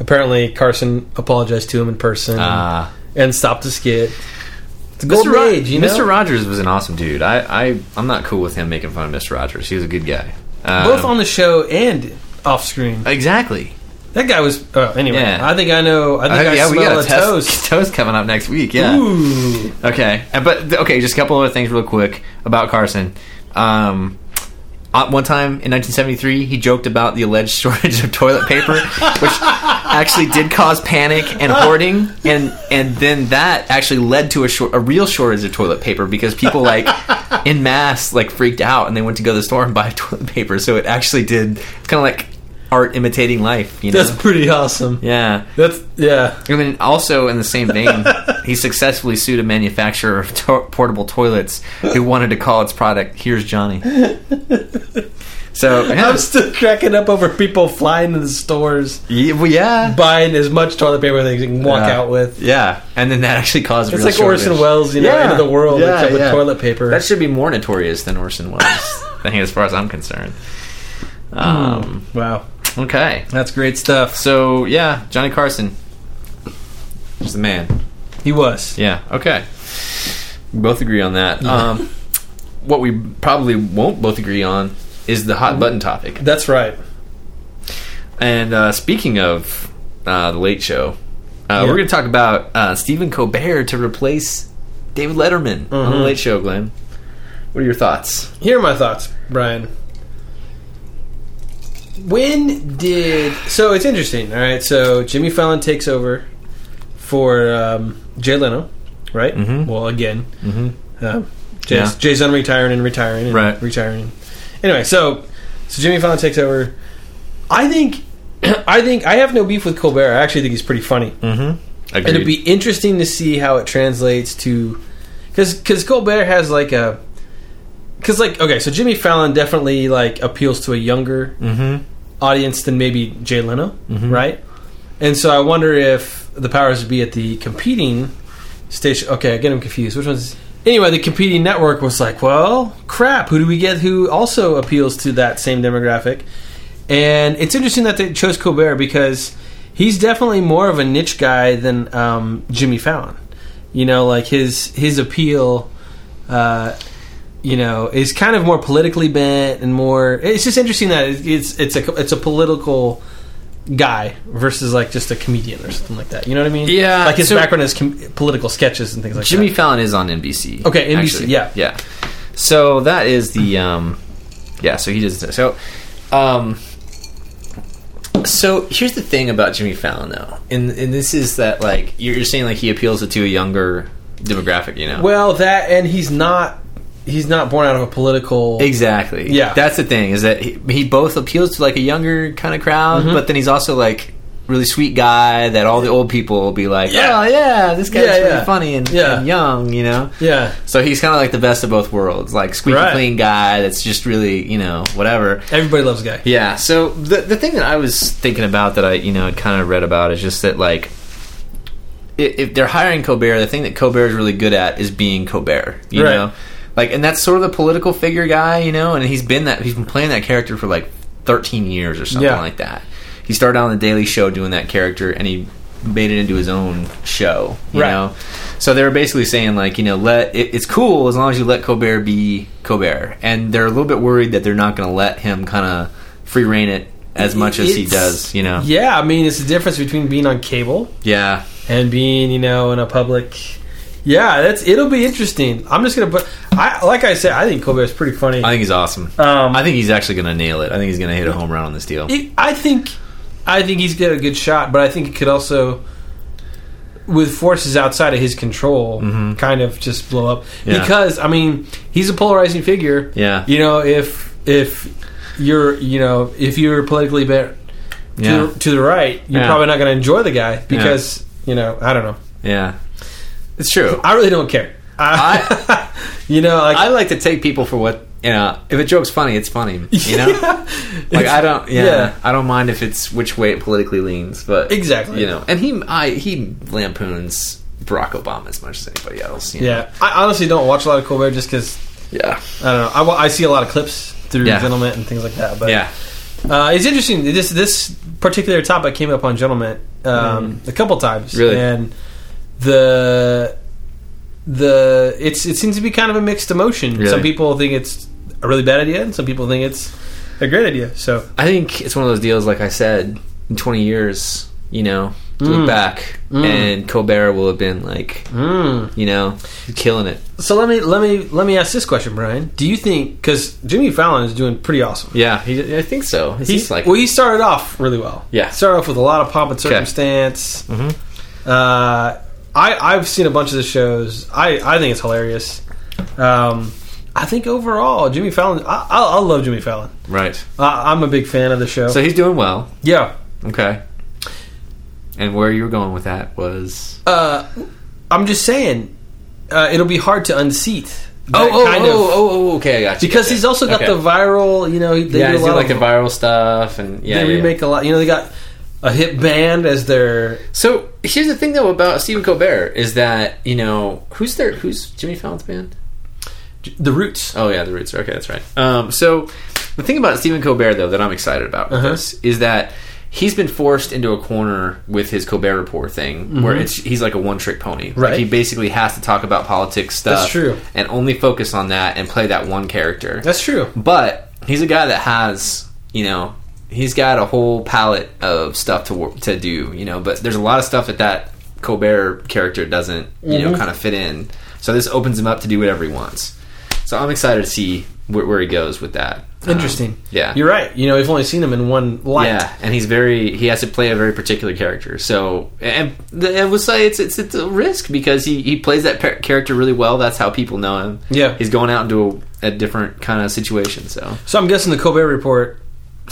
apparently Carson apologized to him in person Ah. and stopped the skit. It's a Mr. golden Ro- age, you know. Mr. Rogers was an awesome dude. I, I I'm not cool with him making fun of Mr. Rogers. He was a good guy. Um, both on the show and off screen. exactly. That guy was. Oh, anyway, Yeah. I think I know. I think I, yeah, we smell got a a test- toast. (laughs) toast coming up next week. Yeah. Ooh. Okay, Uh, but th- okay, just a couple other things real quick about Carson. Um, uh, one time in 1973, he joked about the alleged (laughs) shortage of toilet paper, which actually did cause panic and hoarding, and and then that actually led to a short, a real shortage of toilet paper because people like in mass like freaked out and they went to go to the store and buy (laughs) toilet paper. So it actually did. It's kind of like art imitating life, you know? That's pretty awesome. yeah. That's yeah. (laughs) And then also in the same (laughs) vein, he successfully sued a manufacturer of to- portable toilets who wanted to call its product "Here's (laughs) Johnny." So yeah, I'm still cracking up over people flying to the stores, yeah, well, yeah. buying as much toilet paper as they can walk Yeah. out with. yeah, and then that actually caused. It's real like shortage. Orson Welles, you know, Yeah. end of the world Yeah, except yeah. with toilet paper. That should be more notorious than Orson Welles, I think, as far as I'm concerned. Um, wow. Okay, That's great stuff. so yeah, Johnny Carson, he's the man. He was. Yeah. Okay. We both agree on that. Um, what we probably won't both agree on is the hot button topic. That's right. And uh, speaking of uh, the Late Show, uh, Yeah. we're going to talk about uh, Stephen Colbert to replace David Letterman on the Late Show. Glenn, what are your thoughts? Here are my thoughts, Brian. When did so? It's interesting. All right, so Jimmy Fallon takes over for um, Jay Leno, right? Mm-hmm. Well, again, mm-hmm. um, Jay's, Yeah. Jay's unretiring and retiring, and Right. Retiring. Anyway, so so Jimmy Fallon takes over. I think, (clears throat) I think I have no beef with Colbert. I actually think he's pretty funny. Agreed. And it'd be interesting to see how it translates to because because Colbert has like a because like okay, so Jimmy Fallon definitely like appeals to a younger audience than maybe Jay Leno, right? And so I wonder if the powers to be at the competing station. Okay, again, I'm confused. Which one's anyway? The competing network was like, well, crap. Who do we get who also appeals to that same demographic? And it's interesting that they chose Colbert because he's definitely more of a niche guy than um, Jimmy Fallon. You know, like his his appeal, uh, you know, is kind of more politically bent and more. It's just interesting that it's it's a it's a political guy versus like just a comedian or something like that. You know what I mean? Yeah, Like his so- background is com- political sketches and things like Jimmy that. Fallon is on NBC. Okay, NBC, yeah. yeah. So that is the um, yeah. So he does so. Um, so here's the thing about Jimmy Fallon though, and and this is that like you're, you're saying like he appeals to a younger demographic, you know? Well, that and he's not he's not born out of a political. exactly. Yeah. that's the thing is that he, he both appeals to like a younger kind of crowd, Mm-hmm. but then he's also like really sweet guy that all the old people will be like, Yeah. oh yeah, this guy's Yeah, really yeah. funny and, Yeah. and young, you know? Yeah. So he's kind of like the best of both worlds, like squeaky Right. clean guy that's just really, you know, whatever. Everybody loves Guy. Yeah. So the the thing that I was thinking about that I, you know, had kind of read about is just that like i- if they're hiring Colbert, the thing that Colbert is really good at is being Colbert, you Right. know. Like and that's sort of the political figure guy, you know, and he's been that he's been playing that character for like 13 years or something Yeah. like that. He started on the Daily Show doing that character and he made it into his own show, you Right. know. So they were basically saying like, you know, let it, it's cool as long as you let Colbert be Colbert, and they're a little bit worried that they're not going to let him kind of free reign it as much as he It's- does, you know. Yeah, I mean, it's the difference between being on cable Yeah, and being, you know, in a public. Yeah, that's it'll be interesting. I'm just gonna put. I like I said, I think Colbert's pretty funny. I think he's awesome. um, I think he's actually going to nail it. I think he's going to hit a home run on this deal. It- I think, I think he's got a good shot, but I think it could also, with forces outside of his control, kind of just blow up. Mm-hmm. Yeah. Because I mean, he's a polarizing figure. Yeah. you know, if if you're you know if you're politically bent to, Yeah. to the right, you're Yeah. probably not going to enjoy the guy because you know I don't know. Yeah, it's true. I really don't care. I, I (laughs) you know, like I like to take people for what you know. If a joke's funny, it's funny. You (laughs) know, like I don't. Yeah, Yeah. I don't mind if it's which way it politically leans, but Exactly. You know, and he I he lampoons Barack Obama as much as anybody else. you know. yeah, I honestly don't watch a lot of Colbert just because yeah, Uh, I don't know. I, wa- I see a lot of clips through Yeah. Gentleman and things like that, but yeah. Uh, it's interesting. This this particular topic came up on Gentleman um, a couple times, Mm. Really? and the the it's it seems to be kind of a mixed emotion. Really? Some people think it's a really bad idea, and some people think it's a great idea. So I think it's one of those deals. Like I said, in twenty years, you know, look back, and Colbert will have been like, you know, killing it. so let me let me let me ask this question, Brian. Do you think because Jimmy Fallon is doing pretty awesome? Yeah, he, I think so. He's, He's like, well, he started off really well. Yeah. started off with a lot of pomp and circumstance. Mm-hmm. Uh, I I've seen a bunch of the shows. I I think it's hilarious. Um, I think overall, Jimmy Fallon. I I, I love Jimmy Fallon. right. I, I'm a big fan of the show. So he's doing well. yeah. Okay. And where you were going with that was Uh, I'm just saying, uh, it'll be hard to unseat. oh that oh oh, oh oh okay I got you because Okay. he's also got Okay. the viral. You know, they yeah do a he's doing lot like of, the viral stuff and yeah, they yeah, yeah. remake a lot. You know, they got a hit band as their So here's the thing though about Stephen Colbert is that you know who's their who's Jimmy Fallon's band the roots. Oh yeah, the roots. Okay, that's right. Um, so the thing about Stephen Colbert though that I'm excited about with Uh-huh. this is that he's been forced into a corner with his Colbert Report thing, where it's he's like a one trick pony. Like, Mm-hmm. Right. he basically has to talk about politics stuff. That's true. And only focus on that and play that one character. That's true. But he's a guy that has, you know, he's got a whole palette of stuff to wor- to do, you know. But there's a lot of stuff that that Colbert character doesn't, you know, kind of fit in. So this opens him up to do whatever he wants. So I'm excited to see where, where he goes with that. Um, Interesting. yeah. You're right. You know, we've only seen him in one light. yeah, and he's very he has to play a very particular character. So and th- I would say it's it's, it's a risk because he, he plays that par- character really well. That's how people know him. Yeah. he's going out into a, a different kind of situation. So So I'm guessing the Colbert Report.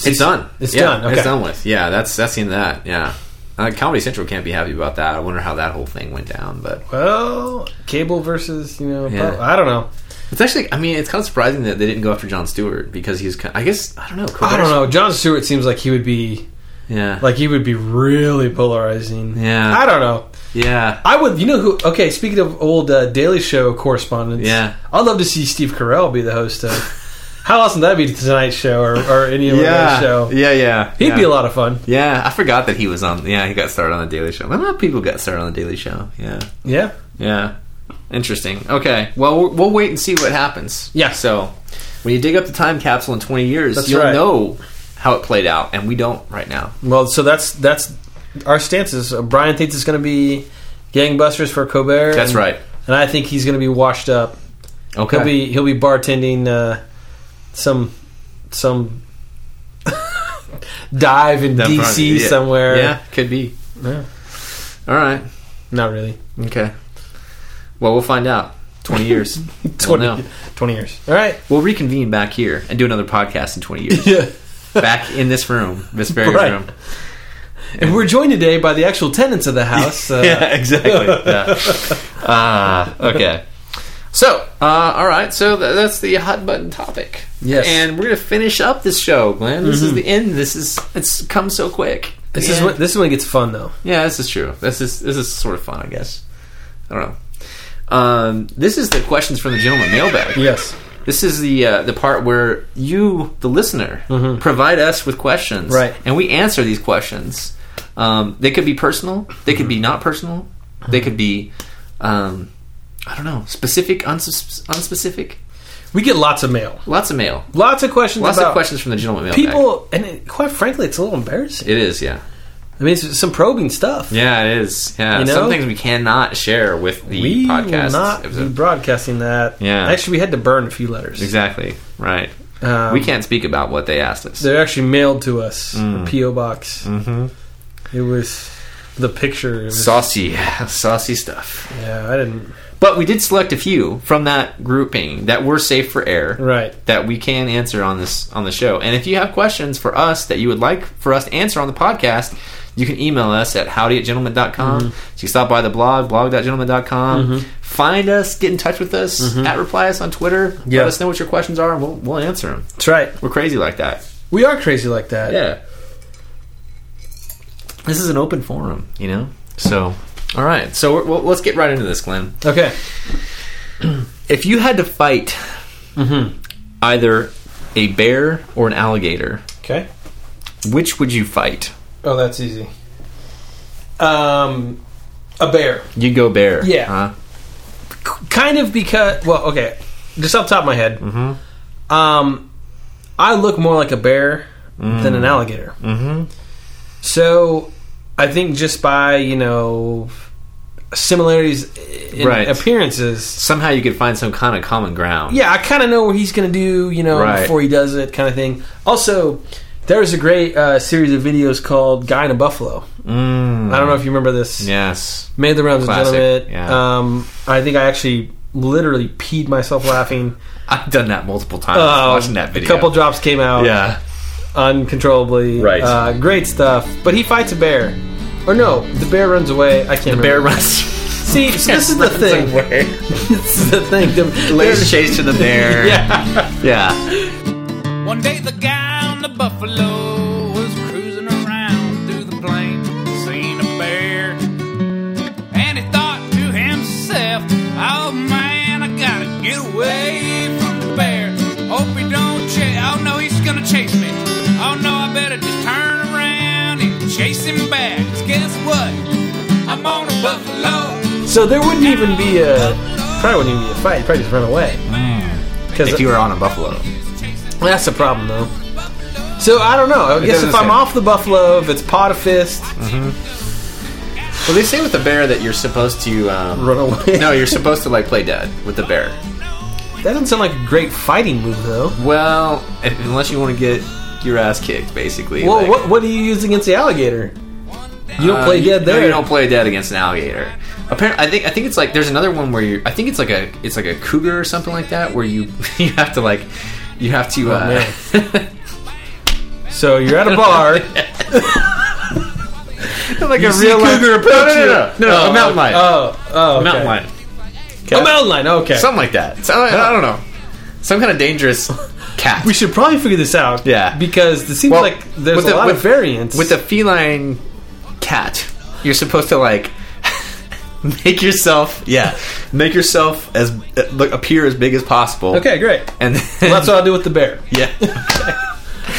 It's done. It's Yeah, done. Okay. It's done with. Yeah, that's that's the end of that. Yeah. Uh, Comedy Central can't be happy about that. I wonder how that whole thing went down, but Well, cable versus you know, Yeah. Pro- I don't know. it's actually. I mean, it's kind of surprising that they didn't go after John Stewart because he's. ki- I guess I don't know. I don't know. John Stewart seems like he would be Yeah. like he would be really polarizing. Yeah. I don't know. yeah. I would. You know who? Okay. Speaking of old uh, Daily Show correspondents, Yeah. I'd love to see Steve Carell be the host of. (laughs) How awesome would that be to tonight's show or, or any of our show? Yeah. Yeah. He'd yeah. be a lot of fun. Yeah, I forgot that he was on. Yeah, he got started on the Daily Show. A lot of people got started on the Daily Show. Yeah. Yeah. Yeah. Interesting. Okay. Well, we'll- we'll wait and see what happens. Yeah. So, when you dig up the time capsule in 20 years, That's you'll right. know how it played out, and we don't right now. Well, so that's that's our stances. Uh, Brian thinks it's going to be gangbusters for Colbert. That's and- right. and I think he's going to be washed up. Okay. He'll Oh, be he'll be bartending uh, some some (laughs) dive in Down front. DC Yeah. somewhere. Yeah, could be. Yeah. All right. not really. Okay. Well, we'll find out. Twenty (laughs) years. 20, know. 20 years. All right. we'll reconvene back here and do another podcast in twenty years. (laughs) Yeah. back in this room, this very Right. (laughs) room. And we're joined today by the actual tenants of (laughs) the house. Uh, yeah, exactly. Yeah. Ah, okay. So, uh, all right. So th- that's the hot button topic. Yes. Mm-hmm. and we're gonna finish up this show, Glenn. This is the end. This is it's come so quick. This The is end. what this is when it gets fun though. Yeah, this is true. This is this is sort of fun, I guess. I don't know. Um, this is the questions from the gentleman mailbag. Yes. This is the uh, the part where you, the listener, provide us with questions, Mm-hmm. Right. And we answer these questions. Um, they could be personal. They could Mm-hmm. be not personal. They could be, um, I don't know, specific, unsus- unspecific. We get lots of mail. Lots of mail. Lots of questions Lots about of questions from the gentleman mailbag. people and it, quite frankly it's a little embarrassing. It is, yeah, I mean it's some probing stuff. yeah, it is. Yeah, You know? some things we cannot share with the We podcast will not episode. be broadcasting that. Yeah. Actually, we had to burn a few letters. Exactly. Right. Um, we can't Mm. speak about what they asked us. They're actually mailed to us. a PO box. Mm-hmm. It was the picture. It was, Saucy, (laughs) saucy stuff. yeah, I didn't. But we did select a few from that grouping that were safe for air, Right. that we can answer on this on the show. And if you have questions for us that you would like for us to answer on the podcast, you can email us at howdy at gentleman.com. Mm-hmm. You can stop by the blog, blog.gentleman.com. Find us, get in touch with us, at reply us on Twitter. Mm-hmm. Yeah. Let us know what your questions are, and we'll, we'll answer them. That's right. We're crazy like that. We are crazy like that. Yeah. This is an open forum, you know? So, all right. So we're, well, let's get right into this, Glenn. Okay. If you had to fight Mm-hmm. either a bear or an alligator, Okay. which would you fight? Oh, that's easy. Um, a bear. You go bear. Yeah. Huh? Kind of because. Well, okay. Just off the top of my head. Mm-hmm. Um, I look more like a bear than Mm. an alligator. Mm-hmm. So, I think just by you know similarities in Right. appearances. Somehow you could find some kind of common ground. yeah, I kind of know what he's going to do, you know, Right. before he does it, kind of thing. Also, there's a great uh, series of videos called "Guy in a Buffalo." Mm. I don't know if you remember this. Yes. Made the rounds Classic, of gentlemen. yeah. Um, I think I actually literally peed myself laughing. I've done that multiple times Um, watching that video. A couple drops came out Yeah. uncontrollably. Right. Uh, great stuff. But he fights a bear. Or no, the bear runs away. I can't. The bear runs. (laughs) See, so (laughs) this is the thing. (laughs) this is the thing. The, Lays chase to the bear. (laughs) yeah. (laughs) Yeah. One day the guy on the buffalo was cruising around through the plains, seen a bear, and he thought to himself, "Oh man, I gotta get away from the bear. Hope he don't chase. Oh no, he's gonna chase me. Oh no, I better just turn around and chase him back. 'Cause guess what? I'm on a buffalo." So there wouldn't even be a probably wouldn't even be a fight. You'd probably just run away. Because If you were on a buffalo. that's the problem though. So I don't know. I guess doesn't if I'm say. off the buffalo, if it's pot of fist, Well, they say with the bear that you're supposed to um, run away. No, you're supposed to like play dead with the bear. (laughs) That doesn't sound like a great fighting move though. Well, if- unless you want to get your ass kicked, basically. Well, like- what what do you use against the alligator? You don't Uh, play you- dead no, there. you don't play dead against an alligator. Apparently, I think I think it's like there's another one where you. I think it's like a it's like a cougar or something like that where you (laughs) you have to like you have to. uh, (laughs) so you're at a (laughs) bar. like You see a cougar life- No, no, no, no, no, no, Oh, a mountain lion, Oh, oh, okay. a mountain lion, A mountain lion. Okay. something like that. So, I, I don't know, some kind of (laughs) dangerous cat. we should probably figure this out. Yeah. Because it seems Well, like there's with a the- lot with- of variance. with a feline cat, you're supposed to like (laughs) make yourself yeah make yourself as uh, look, appear as big as possible. okay, great. and then, Well, that's what I'll do with the bear. (laughs) yeah,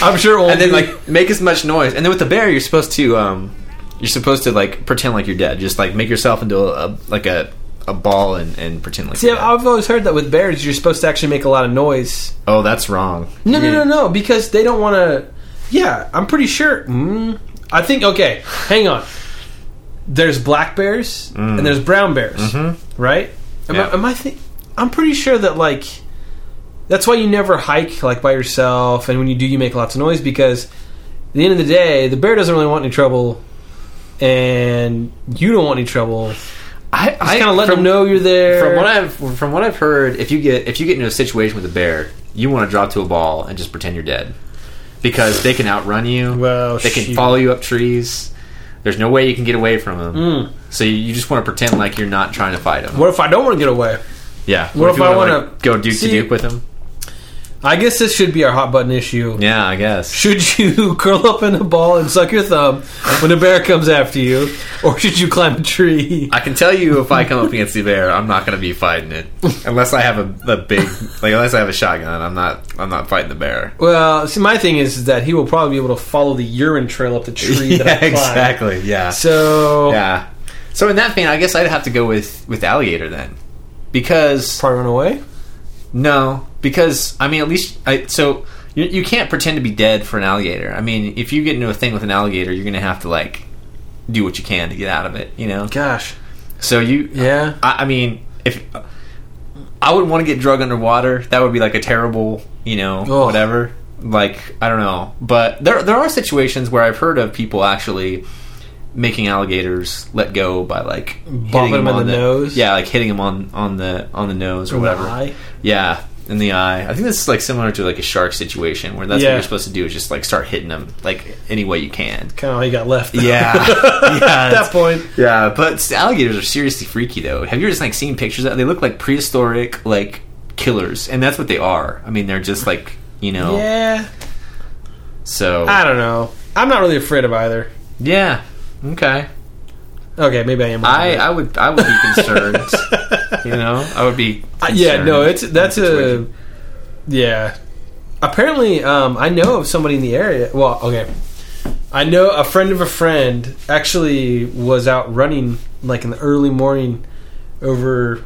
I'm sure it won't and then be- like make as much noise. And then with the bear, you're supposed to um you're supposed to like pretend like you're dead. Just like make yourself into a, a like a a ball and, and pretend like See, you're dead. I've always heard that with bears, you're supposed to actually make a lot of noise. oh that's wrong. No, You're no, no, gonna- no, because they don't want to. Yeah, I'm pretty sure. Mm, I think. Okay, hang on. There's black bears and there's brown bears, right? Am Yeah. I? Am I thi- I'm pretty sure that like that's why you never hike like by yourself, and when you do, you make lots of noise because at the end of the day, the bear doesn't really want any trouble, and you don't want any trouble. I, I Just kind of let from- them know you're there. From what I've from what I've heard, if you get if you get into a situation with a bear, you want to drop to a ball and just pretend you're dead because they can outrun you. Well, they can shoot. follow you up trees. There's no way you can get away from them. So you, you just want to pretend like you're not trying to fight them. what if I don't want to get away? yeah. what if you I wanna, wanna- like, go duke See- to duke with them? I guess this should be our hot button issue. Yeah, I guess. Should you (laughs) curl up in a ball and suck your thumb when a bear comes after you, or should you climb a tree? I can tell you if I come up against the bear, I'm not going to be fighting (laughs) it unless I have a, a big like unless I have a shotgun. I'm not I'm not fighting the bear. Well, see, my thing is, is that he will probably be able to follow the urine trail up (laughs) the tree that I yeah, climbed. exactly. Yeah. So Yeah. So in that vein, I guess I'd have to go with with alligator then, because probably run away. no, because I mean at least I so you, you can't pretend to be dead for an alligator. I mean if you get into a thing with an alligator, you're gonna have to like do what you can to get out of it. You know. Gosh, So you Yeah. I, I mean if I would want to get drug underwater, that would be like a terrible you know Ugh. whatever. Like I don't know, but there there are situations where I've heard of people actually making alligators let go by like hitting them in on the nose? Yeah, like hitting them on on the on the nose or In the whatever. eye? Yeah, in the eye. I think this is like similar to like a shark situation where that's what Yeah. you're supposed to do is just like start hitting them like any way you can. kind of all you got left. (laughs) Yeah, (laughs) yeah. at that point, Yeah, but alligators are seriously freaky though. Have you just like seen pictures of They look like prehistoric like killers, and that's what they are. I mean, they're just like you know. yeah. So I don't know. I'm not really afraid of either. yeah, okay. Okay, maybe I am. I I would I would be (laughs) concerned. you know, I would be. Uh, yeah, no, concerned it's that's in the a situation. yeah. Apparently, um, I know of somebody in the area. Well, okay, I know a friend of a friend actually was out running like in the early morning over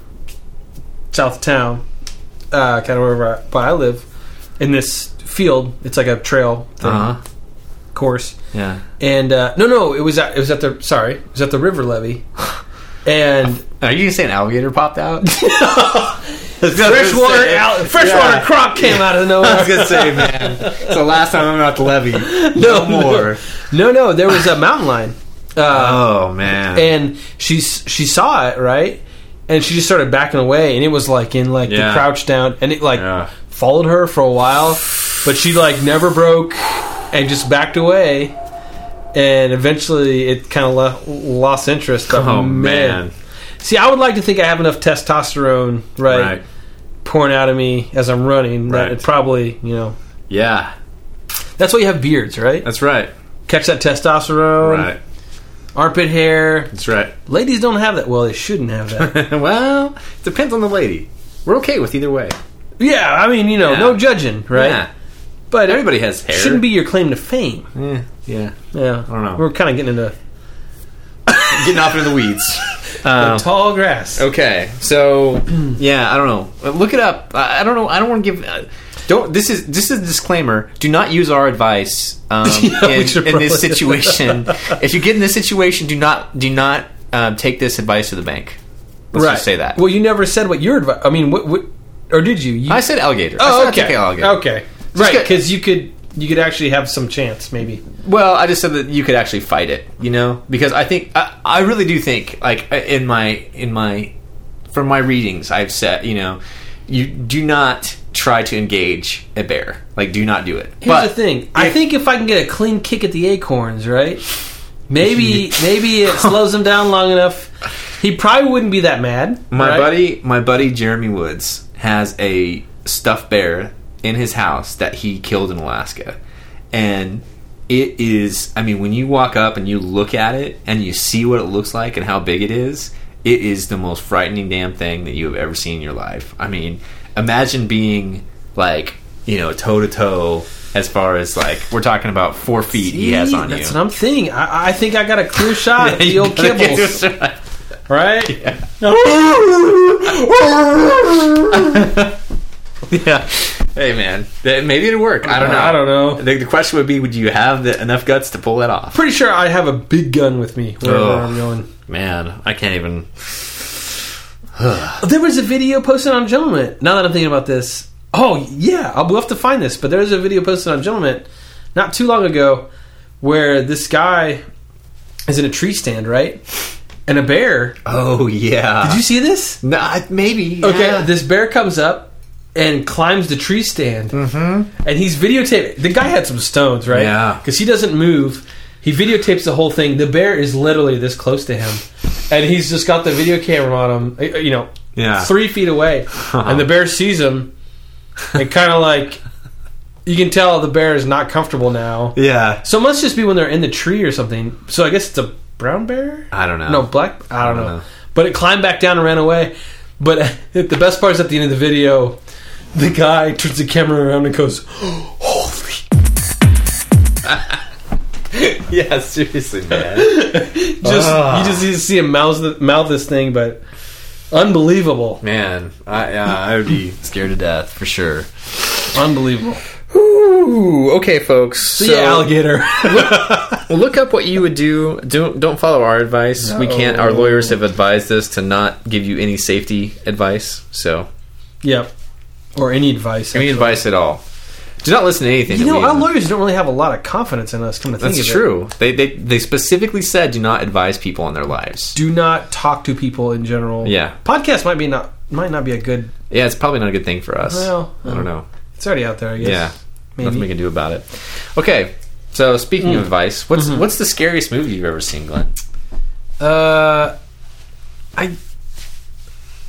south of town, uh, kind of where I, where I live, in this field. It's like a trail thing, Uh-huh. course, Yeah. and uh, no, no, it was at, it was at the sorry, it was at the (laughs) river levee, and Are you saying alligator popped (laughs) out? freshwater al- freshwater Yeah. croc came out of nowhere. (laughs) I was gonna say, man, it's the last time I'm out to levy. (laughs) No, No, more. No, no, there was a mountain lion, uh, Oh man. and she s- she saw it right, and she just started backing away, and it was like in like Yeah. the crouch down, and it like Yeah. followed her for a while, but she like never broke, and just backed away, and eventually it kind of lo- lost interest. But oh man. man. see, I would like to think I have enough testosterone, right, Right. pouring out of me as I'm running. Right. That it probably, you know, Yeah. that's why you have beards, right? That's right. Catch that testosterone, Right. armpit hair. That's right. Ladies don't have that. Well, they shouldn't have that. (laughs) (laughs) well, depends on the lady. We're okay with either way. yeah, I mean, you know, Yeah. no judging, right? Yeah. But Everybody has hair. it shouldn't be your claim to fame. Yeah. yeah. Yeah, I don't know. We're kind of getting into Getting off into the (laughs) weeds. Um, tall grass. okay. So, (clears throat) yeah, I don't know. Uh, Look it up. I, I don't know. I don't want to give. Uh, don't. This is this is a disclaimer. Do not use our advice um, (laughs) Yeah, we in, should in this probably- (laughs) situation. if you get in this situation, do not do not um, take this advice to the bank. Let's right. just say that. Well, you never said what your advice. I mean, what, what, or did you? you I said alligator. I oh, said I okay, think alligator. okay, right? get- Because you could, you could actually have some chance, maybe. Well, I just said that you could actually fight it, you know, because I think I, I really do think like uh, in my in my from my readings I've said you know you do not try to engage a bear like do not do it. Here's the thing. I think if I can get a clean kick at the acorns, right? (laughs) Maybe, maybe it slows him down long enough. He probably wouldn't be that mad. my right? buddy my buddy Jeremy Woods has a stuffed bear in his house that he killed in Alaska, and it is I mean when you walk up and you look at it and you see what it looks like and how big it is, it is the most frightening damn thing that you have ever seen in your life. I mean, imagine being like you know toe to toe as far as like we're talking about four feet he has on That's you. what (laughs) I'm thinking. I, I think I got a clear shot at the old You gotta get kibbles, this right. right? (laughs) yeah. Hey man, Th- maybe it'd work. I don't know. Uh, I don't (laughs) know. The, the question would be, would you have the, enough guts to pull that off? Pretty sure I have a big gun with me wherever Ugh. I'm going. Man, I can't even. There was a video posted on Gentleman. Now that I'm thinking about this, oh yeah, I'll we'll have to find this. But there was a video posted on Gentleman not too long ago where this guy is in a tree stand, right? And a bear. Oh yeah. Did you see this? Nah, maybe. Okay, yeah. this bear comes up and climbs the tree stand, mm-hmm. and he's videotaping. The guy had some stones, right? Yeah. because he doesn't move. He videotapes the whole thing. The bear is literally this close to him, and he's just got the video camera on him. uh, You know, Yeah. three (laughs) feet away, and the bear sees him, and kind of like you can tell the bear is not comfortable now. Yeah. So it must just be when they're in the tree or something. So I guess it's a brown bear. I don't know. No, black. I don't, don't know. know. But it climbed back down and ran away. But (laughs) the best part is at the end of the video, the guy turns the camera around and goes, (gasps) "Holy!" (laughs) Yeah. Seriously, man. Just Ah. you just you see him mouth mouth this thing, but unbelievable, (laughs) man, I uh, I would be scared to death for sure. (laughs) unbelievable. Ooh. Okay, folks. So, yeah, alligator. look up what you would do. Don't don't follow our advice. We can't. Our lawyers have advised us to not give you any safety advice. So (laughs) yep. Or any advice. any advice at all. Do not listen to anything. you that know, we- our lawyers don't really have a lot of confidence in us. Come to think That's of it. true. They, they they specifically said do not advise people on their lives. Do not talk to people in general. Yeah. podcast might be not might not be a good. Yeah, it's probably not a good thing for us. Well, I don't know. It's already out there. I guess. Yeah, Maybe. Mm. nothing we can do about it. Okay, so speaking of advice, what's Mm-hmm. what's the scariest movie you've ever seen, Glenn? Uh, I,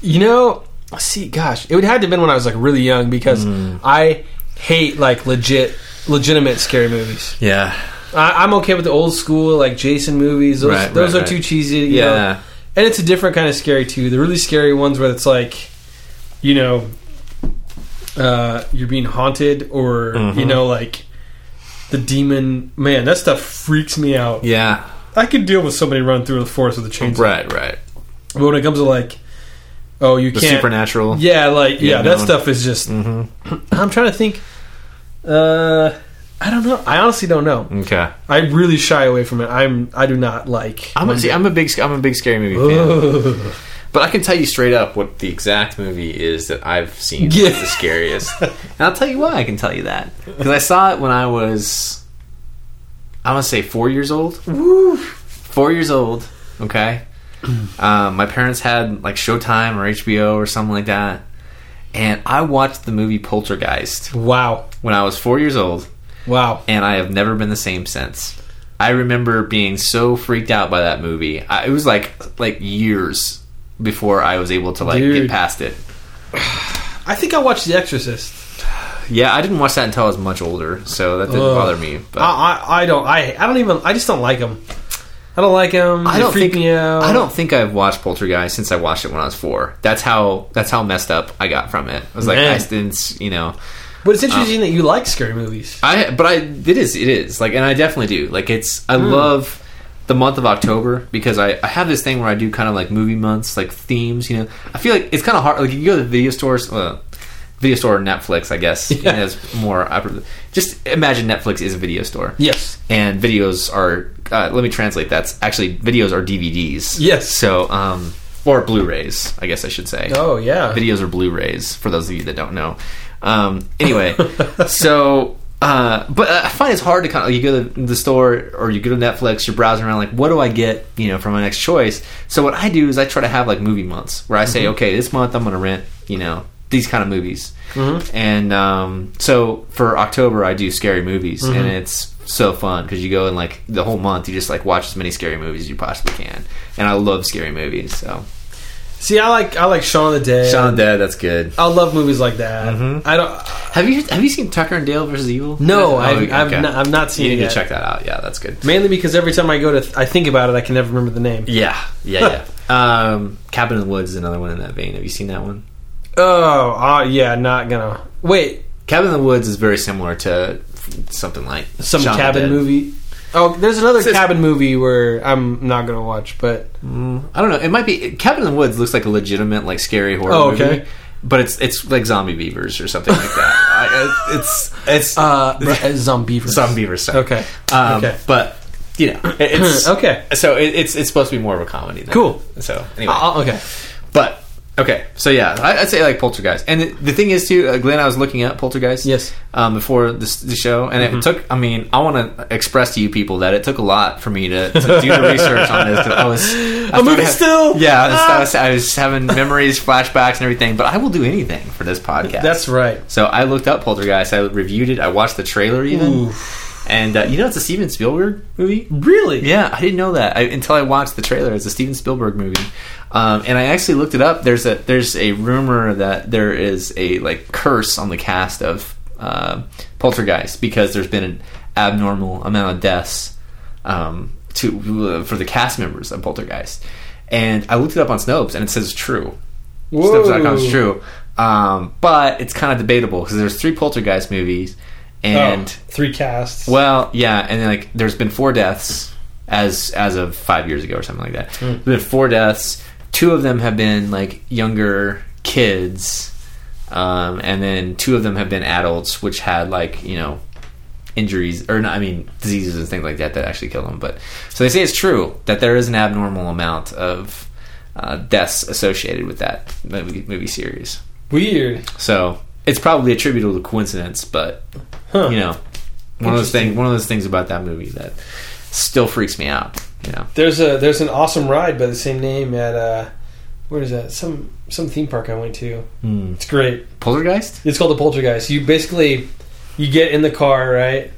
you know, see, gosh, it would have to have been when I was like really young because Mm. I hate like legit, legitimate scary movies. Yeah, I, I'm okay with the old school like Jason movies; those, Right, those right, are right. too cheesy. you yeah, know. and it's a different kind of scary too. The really scary ones where it's like, you know, uh, you're being haunted or Mm-hmm. you know like. The demon man, that stuff freaks me out. yeah. I could deal with somebody running through the forest with a chainsaw. Right, right. But when it comes to like, oh, you The can't. supernatural. Yeah, like yeah, Yeah, Mm-hmm. that no. stuff is just. (clears throat) I'm trying to think. Uh, I don't know. I honestly don't know. Okay. I really shy away from it. I'm. I do not like. I'm a, see, I'm a big I'm a big scary movie fan, Ugh. but I can tell you straight up what the exact movie is that I've seen Yeah. that's the (laughs) scariest, and I'll tell you why I can tell you that because I saw it when I was I want to say four years old. four years old. (clears throat) Okay, um, my parents had like Showtime or HBO or something like that, and I watched the movie Poltergeist wow. when I was four years old, Wow. and I have never been the same since. I remember being so freaked out by that movie. I, it was like like years before I was able to like Dude. get past it. I think I watched The Exorcist. Yeah, I didn't watch that until I was much older, so that didn't Ugh. Uh, bother me. But I, I. I don't. I. I don't even. I just don't like them. I don't like them. I don't freak think me out. I don't think I've watched Poltergeist since I watched it when I was four. That's how that's how messed up I got from it. I was like, Man. I didn't, s- you know, But it's interesting that you like scary movies. I but I it is it is like, and I definitely do. Like, it's Hmm. I love the month of October because I I have this thing where I do kind of like movie months, like themes. You know, I feel like it's kind of hard. Like, you go to the video stores. Uh, Video store or Netflix, I guess, Yeah. is more. Just imagine Netflix is a video store. Yes. and videos are uh, let me translate that's actually videos are dvds Yes. so um or blu-rays i guess i should say Oh yeah. videos are blu-rays for those of you that don't know um anyway so uh, but I find it's hard to kind of you go to the store or you go to Netflix, you're browsing around like, what do I get, you know, for my next choice? So what I do is I try to have like movie months where I say, okay, this month I'm going to rent, you know, these kind of movies. And um, so for October, I do scary movies, and it's so fun because you go and like the whole month, you just like watch as many scary movies as you possibly can. And I love scary movies, so See, I like. I like Shaun of the Dead. Shaun Mm-hmm. of the Dead, that's good. I love movies like that. I don't. Have you have you seen Tucker and Dale versus Evil? No, Oh, I've, I've, okay. not, I've not You seen need it to yet. check that out. Yeah, that's good. Mainly because every time I go to, th- I think about it, I can never remember the name. Yeah, yeah, (laughs) yeah. um, Cabin in the Woods is another one in that vein. Have you seen that one? Oh, uh, yeah, not gonna wait. Cabin in the Woods is very similar to f- something like Some Shaun of the cabin Dead. movie. Oh, there's another It's- cabin movie where I'm not gonna watch, but I don't know. It might be Cabin in the Woods looks like a legitimate like scary horror Oh, movie. okay. (laughs) But it's it's like zombie beavers or something like that. I, uh, it's it's (laughs) Uh, it's Zombievers. some beaver stuff. Okay. Um, Okay. But you know, it- (clears throat) it's Okay. So it, it's it's supposed to be more of a comedy. Than Cool. So anyway, Uh, okay. but okay. So yeah, I, I'd say like Poltergeist. And the, the thing is too, uh, Glenn, I was looking at Poltergeist. Yes. Mm-hmm. Um, before this the show, and it took. I mean, I want to express to you people that it took a lot for me to, to do the research on this. 'cause I was I (laughs) A movie started- still? Ah. Yeah, I was, I, was, I was having memories, flashbacks, and everything. But I will do anything for this podcast. That's right. So I looked up Poltergeist. I reviewed it. I watched the trailer even. And uh, you know it's a Steven Spielberg movie. Really? Yeah, I didn't know that I, until I watched the trailer. It's a Steven Spielberg movie, um, and I actually looked it up. There's a there's a rumor that there is a like curse on the cast of uh, Poltergeist because there's been an abnormal amount of deaths um, to for the cast members of Poltergeist. And I looked it up on Snopes, and it says true. Snopes.com is true, um, but it's kind of debatable because there's three Poltergeist movies, and Oh, three casts. well, yeah, and then, like there's been four deaths as as of five years ago or something like that. Hmm. There's been four deaths. Two of them have been like younger kids, um, and then two of them have been adults, which had like you know injuries or not, I mean diseases and things like that that actually kill them. But so they say it's true that there is an abnormal amount of uh, deaths associated with that movie, movie series. Weird. So it's probably attributable to coincidence, but Huh. you know, one of those things. One of those things about that movie that still freaks me out. You know, There's a there's an awesome ride by the same name at uh, where is that? Some some theme park I went to. Hmm. It's great. Poltergeist. It's called the Poltergeist. You basically you get in the car right,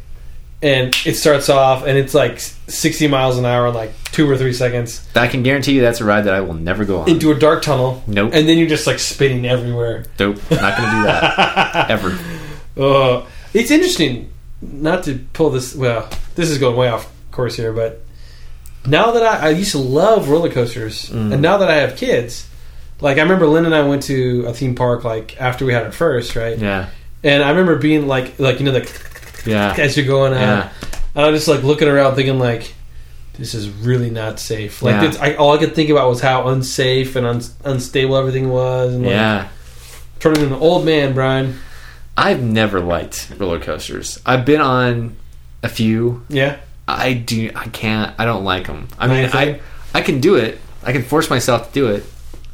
and it starts off and it's like 60 miles an hour in like two or three seconds I can guarantee you that's a ride that I will never go on. into a dark tunnel. Nope. And then you're just like spinning everywhere. nope, not going to do that ever. Uh, it's interesting. Not to pull this. Well, this is going way off course here, but now that I, I used to love roller coasters, Mm. and now that I have kids, like I remember Lynn and I went to a theme park like after we had our first, right? Yeah, And I remember being like, like you know, the yeah, as you're going out, yeah. and I'm just like looking around, thinking like. This is really not safe. Like Yeah. it's, I, all I could think about was how unsafe and un, unstable everything was, and like, Yeah, turning into an old man, Brian. I've never liked roller coasters. I've been on a few. Yeah, I do. I can't. I don't like them. I mean, Neither. I I can do it. I can force myself to do it,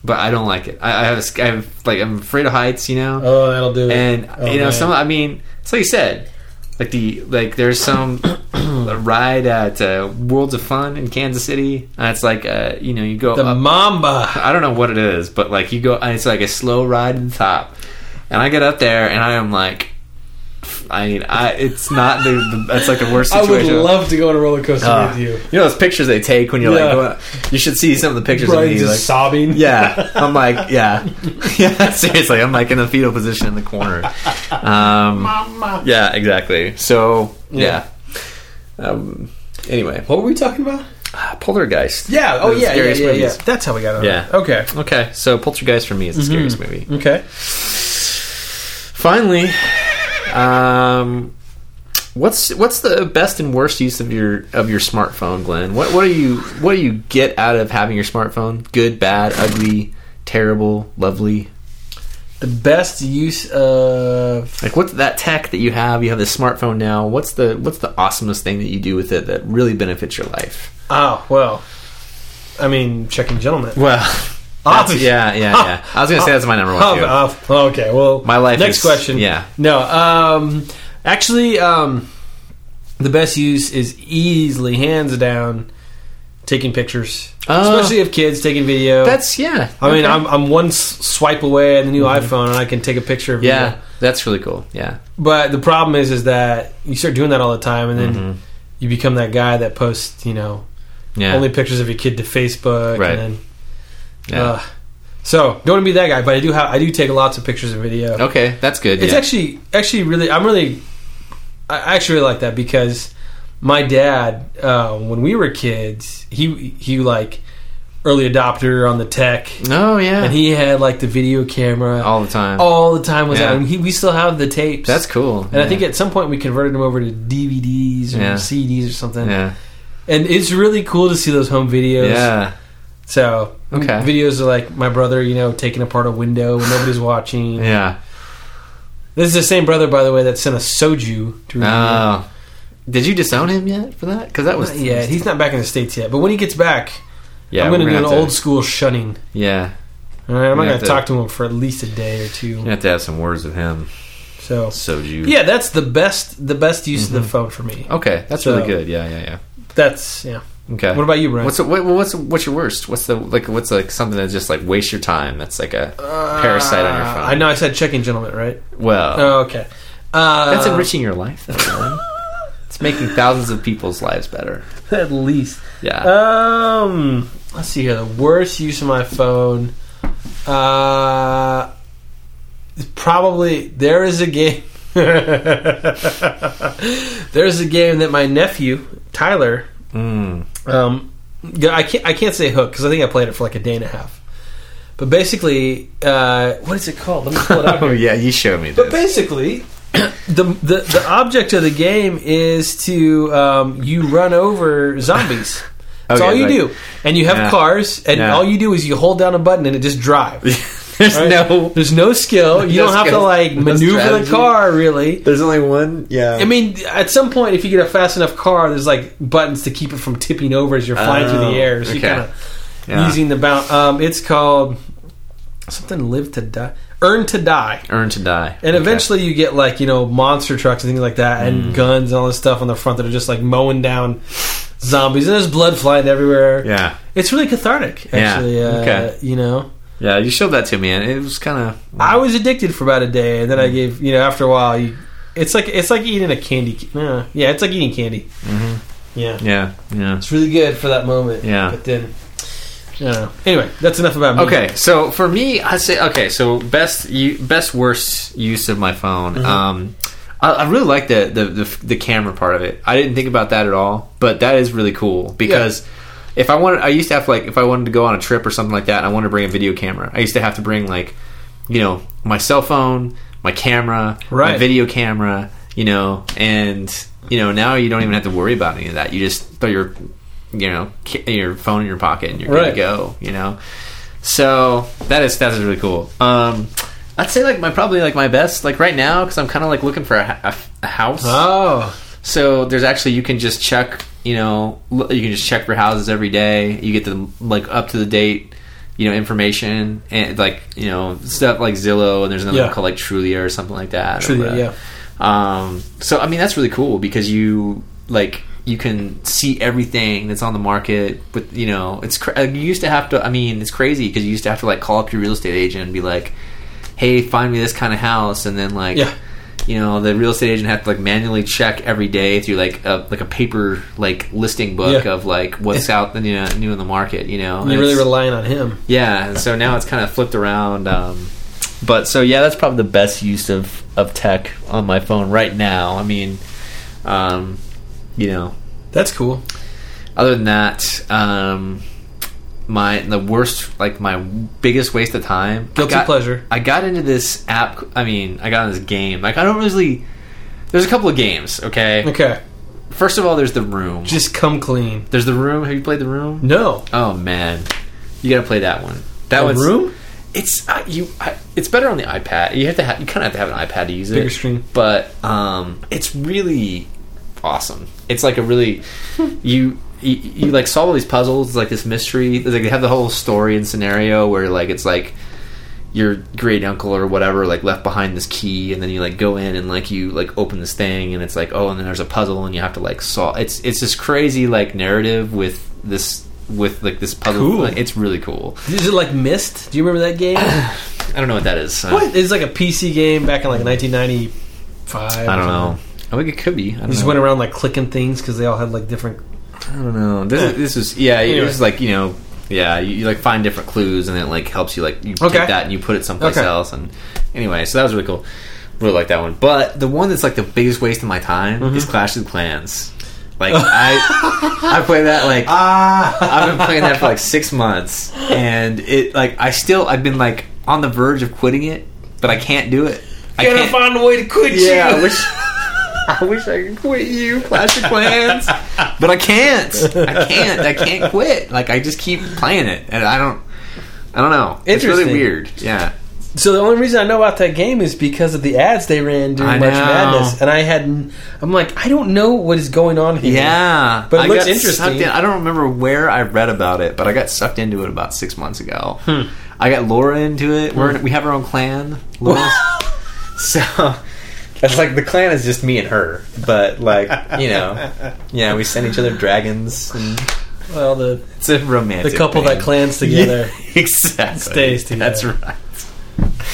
but I don't like it. I, I have a sc- I have like I'm afraid of heights. You know, oh, that'll do it. and Oh, you know man. some. I mean, it's like you said. Like the like, there's some (coughs) ride at uh, Worlds of Fun in Kansas City. And it's like uh, you know you go The up Mamba. I don't know what it is, but like you go, and it's like a slow ride to the top, and I get up there, and I am like, I mean, I it's not the, the it's like the worst I would situation. love to go on a roller coaster Uh, with you. know those pictures they take when you're like, Yeah. going, you should see some of the pictures of Brian's me. just Like, sobbing. (laughs) yeah, I'm like, yeah, (laughs) yeah. Seriously, I'm like in a fetal position in the corner. Um, Yeah, exactly. So yeah. Um, anyway, What were we talking about? Poltergeist. Yeah. Oh, One of the yeah. Yeah, scariest yeah, yeah. movies. That's how we got on. Yeah. Okay. Okay, so Poltergeist for me is the Mm-hmm. scariest movie. Okay. Finally, um, what's what's the best and worst use of your of your smartphone, Glenn? What what do you what do you get out of having your smartphone? Good, bad, ugly, terrible, lovely. The best use of Like what's that tech that you have? You have this smartphone now. What's the what's the awesomest thing that you do with it that really benefits your life? oh well, I mean checking gentlemen. Well, that's- Obvi- yeah, yeah, (laughs) yeah. I was gonna say that's my number one. Oh, Too. oh, okay. Well, My life Next is- question. yeah. No. Um. Actually, um, the best use is easily hands down taking pictures, Oh. especially of kids taking video. That's yeah. I mean, okay. Mm-hmm. I'm, I'm one s- swipe away on the new iPhone, and I can take a picture of you. yeah, that's really cool. Yeah. But the problem is, is that you start doing that all the time, and then you become that guy that posts, you know, Mm-hmm. Yeah. only pictures of your kid to Facebook, Right. and then. yeah. Uh, so don't want to be that guy, but I do have I do take lots of pictures and video. okay, that's good. It's yeah. actually actually really I'm really I actually really like that because my dad uh, when we were kids he he like early adopter on the tech Oh yeah. and he Oh, had like the video camera all the time. all the time was Yeah. out. And he, we still have the tapes. That's cool. And I think at some point we converted them over to DVDs or Yeah. CDs or something. yeah, And it's really cool to see those home videos. yeah, So Okay. videos are like my brother, you know, taking apart a window when nobody's watching. yeah. This is the same brother, by the way, that sent us soju to review. Uh, did you disown him yet for that? Because that was Not yet. He's not back in the states yet. But when he gets back, Yeah, I'm going we're to do an have to- old school shunning. Yeah, All right, I'm We're not gonna going have to to- talk to him for at least a day or two. you have to have some words with him. So Soju. Mm-hmm. yeah, that's the best the best use of the phone for me. Okay, that's So- really good. Yeah, yeah, That's yeah. yeah. Okay. What about you, Brian? What's the- what, what's what's your worst? What's the like? What's like something that just like wastes your time? That's like a parasite on your Uh, phone. I know I said checking gentlemen, right? Well, Oh, okay. Uh, that's enriching your life. Though, Alan. (laughs) it's making thousands of people's lives better. at least. Yeah. Um, let's see here. The worst use of my phone. Uh, probably there is a game. (laughs) There's a game that my nephew Tyler. Mm. Um, g- I can't I can't say hook because I think I played it for like a day and a half. But basically, uh, what is it called? Let me pull it out. Oh yeah, you showed me But this. basically, (coughs) the, the the object of the game is to um, you run (laughs) over zombies. That's Okay, all you like- do, and you have Yeah. cars, and Yeah. all you do is you hold down a button and it (laughs) just drives. There's no. There's no skill. You (laughs) No don't have skill. to like No maneuver the strategy. car really. There's only one. Yeah. I mean, at some point, if you get a fast enough car, there's like buttons to keep it from tipping over as you're flying through Oh, the air. So you okay. kind of using the bounce. Um, it's called something. Live to die, earn to die. Earn to die. And Okay. Mm. eventually you get like, you know, monster trucks and things like that and guns and all this stuff on the front that are just like mowing down zombies and there's blood flying everywhere. Yeah. It's really cathartic, Yeah. actually. Uh, Okay. You know, Yeah. You showed that to me, and it was kind of. I was addicted for about a day and then I Mm. gave, you know, after a while, you, it's like, it's like eating a candy. ca- Uh, yeah. It's like eating candy. Yeah. Mm-hmm. Yeah. Yeah. It's really good for that moment. Yeah. But then, I don't know. Anyway, that's enough about me. Okay, so for me, I say okay. So best, u- best worst use of my phone. Mm-hmm. Um, I, I really like the, the the the camera part of it. I didn't think about that at all, but that is really cool because if I wanted, I used to have like if I wanted to go on a trip or something like that, and I wanted to bring a video camera. I used to have to bring like you know my cell phone, my camera, my Right. video camera, you know, and you know now you don't even have to worry about any of that. You just throw your you know ca- your phone in your pocket and you're good Right. to go. You know. So that is that is really cool. Um, I'd say like my probably like my best like right now because I'm kind of like looking for a, ha- a house. Oh, So there's actually you can just check you know l- you can just check for houses every day. You get the like up to the date you know information and like you know stuff like Zillow and there's another Yeah. one called like Trulia or something like that. Trulia, Or, uh, yeah. Um, so I mean that's really cool because you like you can see everything that's on the market with you know it's cra- uh, you used to have to I mean it's crazy because you used to have to like call up your real estate agent and be like hey find me this kind of house and then like Yeah. you know the real estate agent had to like manually check every day through like a like a paper like listing book Yeah. of like what's out you know new in the market you know you're really It's- relying on him. yeah and so now it's kind of flipped around um, but so yeah that's probably the best use of of tech on my phone right now i mean um, you know That's cool. other than that um, my the worst like my biggest waste of time I Guilty got- pleasure. I got into this app I mean I got into this game like I don't really there's a couple of games okay Okay. first of all there's the room Just come clean. there's the room have you played the room No. oh man you gotta play that one that A one's room? it's uh, you. I, it's better on the iPad. You have to. Ha- you kind of have to have an iPad to use it. Bigger screen. but um, it's really awesome. It's like a (laughs) really you. You, you like solve all these puzzles, it's like this mystery. It's like they have the whole story and scenario where like it's like your great uncle or whatever like left behind this key, and then you like go in and like you like open this thing, and it's like oh, and then there's a puzzle, and you have to like solve. It's it's this crazy like narrative with this with like this puzzle. Cool. Like, it's really cool. Is it like Mist? Do you remember that game? I don't know what that is. Uh, (coughs) what? It's like a PC game back in like 1995. I don't know. I think it could be. I don't You just know. went around like clicking things because they all had like different. I don't know. This, this was yeah. It Anyway. was like you know yeah. You, you like find different clues and it like helps you like you Okay. take that and you put it someplace Okay. else and anyway. So that was really cool. Really like that one. But the one that's like the biggest waste of my time Mm-hmm. is Clash of the Clans. (laughs) Like I I play that like Ah, I've been playing that for like six months, and it like I still I've been like on the verge of quitting it, but I can't do it. I gotta can't. find a way to quit yeah, you. I (laughs) wish. I wish I could quit you, Clash of Clans, but I can't. I can't. I can't quit. Like I just keep playing it, and I don't. I don't know. It's really Interesting. weird. Yeah. So the only reason I know about that game is because of the ads they ran during I March know. Madness, and I had I'm like I don't know what is going on here. Yeah, But it looks got interesting. sucked in- I don't remember where I read about it, but I got sucked into it about six months ago. I got Laura into it. We're in, we have our own clan, (laughs) Laura's. so it's like the clan is just me and her, but like you (laughs) know, yeah, we send each other dragons. And Well, the it's a romantic. the couple thing. that clans together. (laughs) Yeah, exactly stays together. That's right.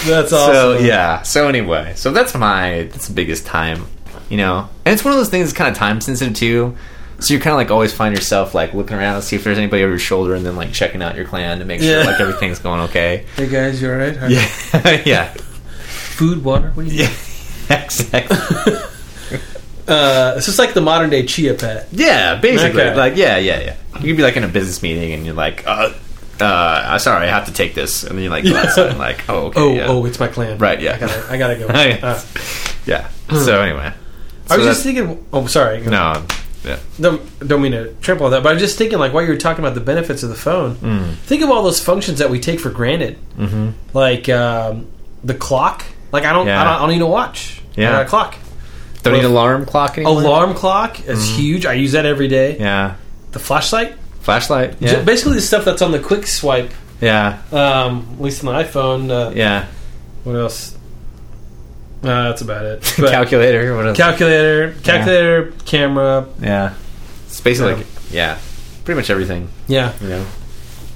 That's So awesome. yeah. So anyway, so that's my that's the biggest time, you know. And it's one of those things that's kind of time sensitive too. So you kind of like always find yourself like looking around to see if there's anybody over your shoulder, and then like checking out your clan to make sure Yeah. like everything's going (laughs) okay. (laughs) Hey guys, you all right? How- Yeah, yeah, Food, water. What do you? yeah. Exactly. Uh, it's just like the modern day chia pet. Yeah, basically. Okay. Like yeah, yeah, yeah. You could be like in a business meeting, and you're like, uh, uh, I'm sorry, I have to take this, and then (laughs) you're like, Yeah. yeah. and like, oh, okay, Oh, yeah. oh, it's my clan. Right, yeah. Oh, I gotta, I (laughs) gotta go. Uh, yeah. yeah. So anyway, I was So just thinking. Oh, sorry. that- no, yeah. don't, don't mean to trample on that, but I'm just thinking, like, while you were talking about the benefits of the phone, Hmm. think of all those functions that we take for granted, mm-hmm. like um, the clock. Like, I don't, Yeah. I don't, I don't need a watch. Yeah. I got a clock. Don't need an alarm clock anymore. Alarm clock is huge. I use that every day. Mm-hmm. Yeah. The flashlight, Flashlight. Ju- Yeah. basically the stuff that's on the quick swipe, yeah. um, at least on the iPhone. Uh, Yeah. What else? Uh, that's (laughs) about it. But Calculator. What else? calculator, calculator, camera. yeah. It's basically Yeah. like yeah, pretty much everything. Yeah. You know,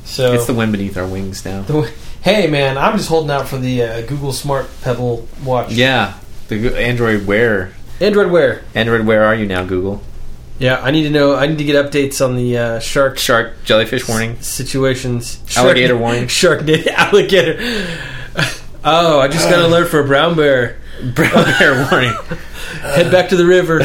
So it's the wind beneath our wings now. (laughs) Hey man, I'm just holding out for the uh, Google Smart Pebble watch. yeah. The Go- Android Wear. Android Wear. Android Where are you now? Google Yeah, I need to know. I need to get updates on the uh, shark shark jellyfish (laughs) warning. situations. (laughs) Alligator shark, warning. (laughs) Shark alligator. (laughs) Oh, I just (sighs) got an alert for a brown bear. Brown bear warning. Head back to the river.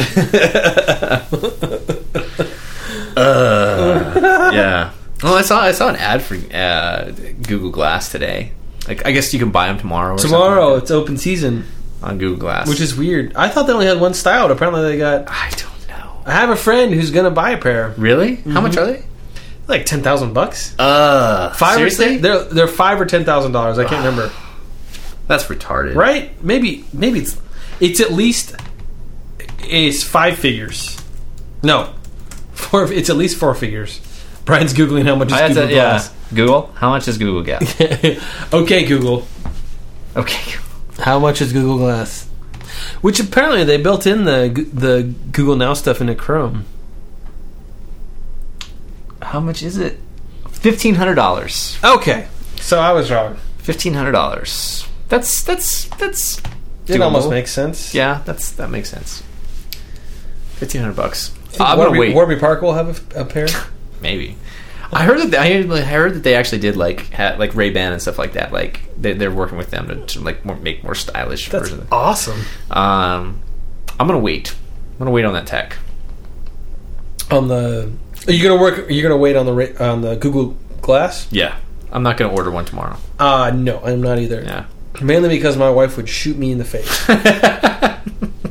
(laughs) Yeah. Well, I saw I saw an ad for uh, Google Glass today. Like I guess you can buy them tomorrow. Or something Tomorrow like it's open season, that on Google Glass, which is weird. I thought they only had one style. But apparently they got. I don't know. I have a friend who's gonna buy a pair, Really? How much are they? like ten thousand bucks. Uh, Mm-hmm. Five or seriously? ten, they're they're five or ten thousand dollars. I can't remember. That's retarded. right? Maybe maybe it's it's at least it's five figures. No, four. It's at least four figures. Brian's googling how much is I had Google to- Glass. Google. How much does Google (laughs) get? okay, Google. okay. How much is Google Glass? Which apparently they built in the G- the Google Now stuff into Chrome. How much is it? Fifteen hundred dollars. Okay, so I was wrong. Fifteen hundred dollars. That's that's that's. It almost doable. makes sense. Yeah, that's that makes sense. Fifteen hundred bucks. I think I'm Warby, gonna wait. Warby Park will have a, a pair. Maybe. I heard that they, I heard- I heard that they actually did like ha like Ray Ban and stuff like that. Like they, they're working with them to, to like more, make more stylish (laughs) That's versions. awesome. Um, I'm gonna wait. I'm gonna wait on that tech. On the are you gonna work? Are you gonna wait on the ra- on the Google Glass? Yeah, I'm not gonna order one tomorrow. Uh no, I'm not either. Yeah. Mainly because my wife would shoot me in the face. (laughs)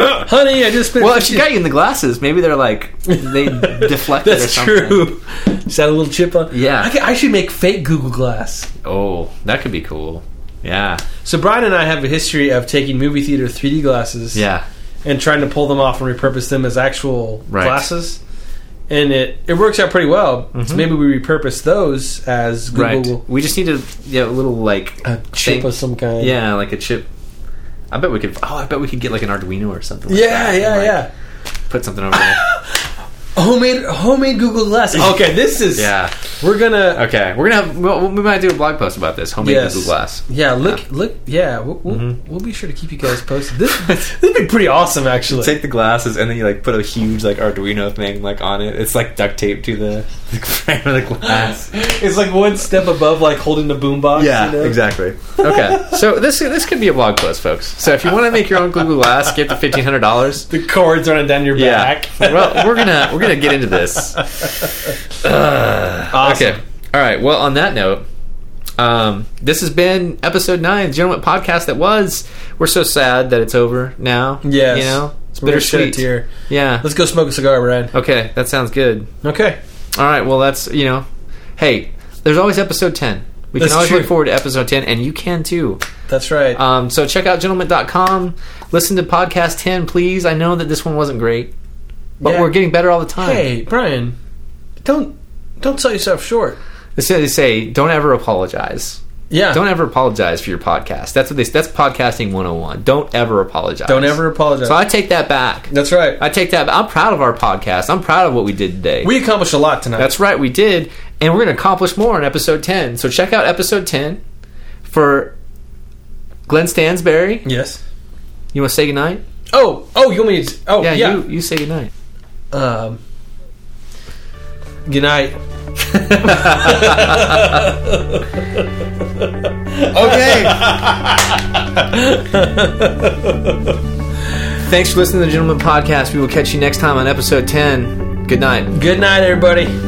Honey, I just spent. Well, if she got you in the glasses, maybe they're like (laughs) they deflected. or that's something. true. Is that a little chip on? Yeah. I, could- I should make fake Google Glass. Oh, that could be cool. Yeah, So Brian and I have a history of taking movie theater 3D glasses, yeah, and trying to pull them off and repurpose them as actual Right. glasses, and it it works out pretty well. So maybe we repurpose those as Google Mm-hmm. right. We just need a yeah, a little like a chip thing. of some kind. yeah, like a chip. I bet we could. Oh, I bet we could get like an Arduino or something. Like yeah, that and, yeah, like, yeah. Put something over (laughs) there. Homemade homemade (laughs) Google Glass. Okay, this is yeah. We're gonna Okay, we're gonna have. We'll, we might do a blog post about this homemade Yes. Google Glass. Mm-hmm. Yeah, look, look, yeah, we'll, we'll, we'll be sure to keep you guys (laughs) posted. This this would be pretty awesome, actually. Take the glasses and then you like put a huge like Arduino thing like on it. It's like duct tape to the, (laughs) the frame of the glass. it's like one step above, like holding the boombox. you know? exactly. (laughs) Okay, so this this could be a blog post, folks. So if you want to make your own Google Glass, get the fifteen hundred dollars. The cords running down (laughs) your back. well, we're gonna we're gonna get into this. Ugh. (laughs) Awesome. Okay. All right. Well, on that note, um, this has been episode nine, Gentleman Podcast. That was. We're so sad that it's over now. Yes. You know, it's We're gonna shed a bittersweet. tear. Yeah. Let's go smoke a cigar, Brad. Okay, that sounds good. Okay. All right. Well, that's you know, hey, there's always episode ten. We That's can always true. look forward to episode 10, and you can too. That's right. Um, so check out gentleman.com. Listen to podcast 10, please. I know that this one wasn't great, but Yeah. we're getting better all the time. hey, Brian, don't don't sell yourself short. That's what they say. Don't ever apologize. Yeah. Don't ever apologize for your podcast. That's what they. That's podcasting 101. Don't ever apologize. Don't ever apologize. So I take that back. That's right. I take that. back. I'm proud of our podcast. I'm proud of what we did today. we accomplished a lot tonight. That's right, we did, and we're going to accomplish more in episode 10. So check out episode 10 for Glenn Stansberry. yes. You want to say goodnight? Oh, oh, you want me to? Oh, Yeah, yeah. You, you say goodnight. Um, good night. Okay. Thanks for listening to the Gentleman Podcast. We will catch you next time on episode 10. Good night. Good night, everybody.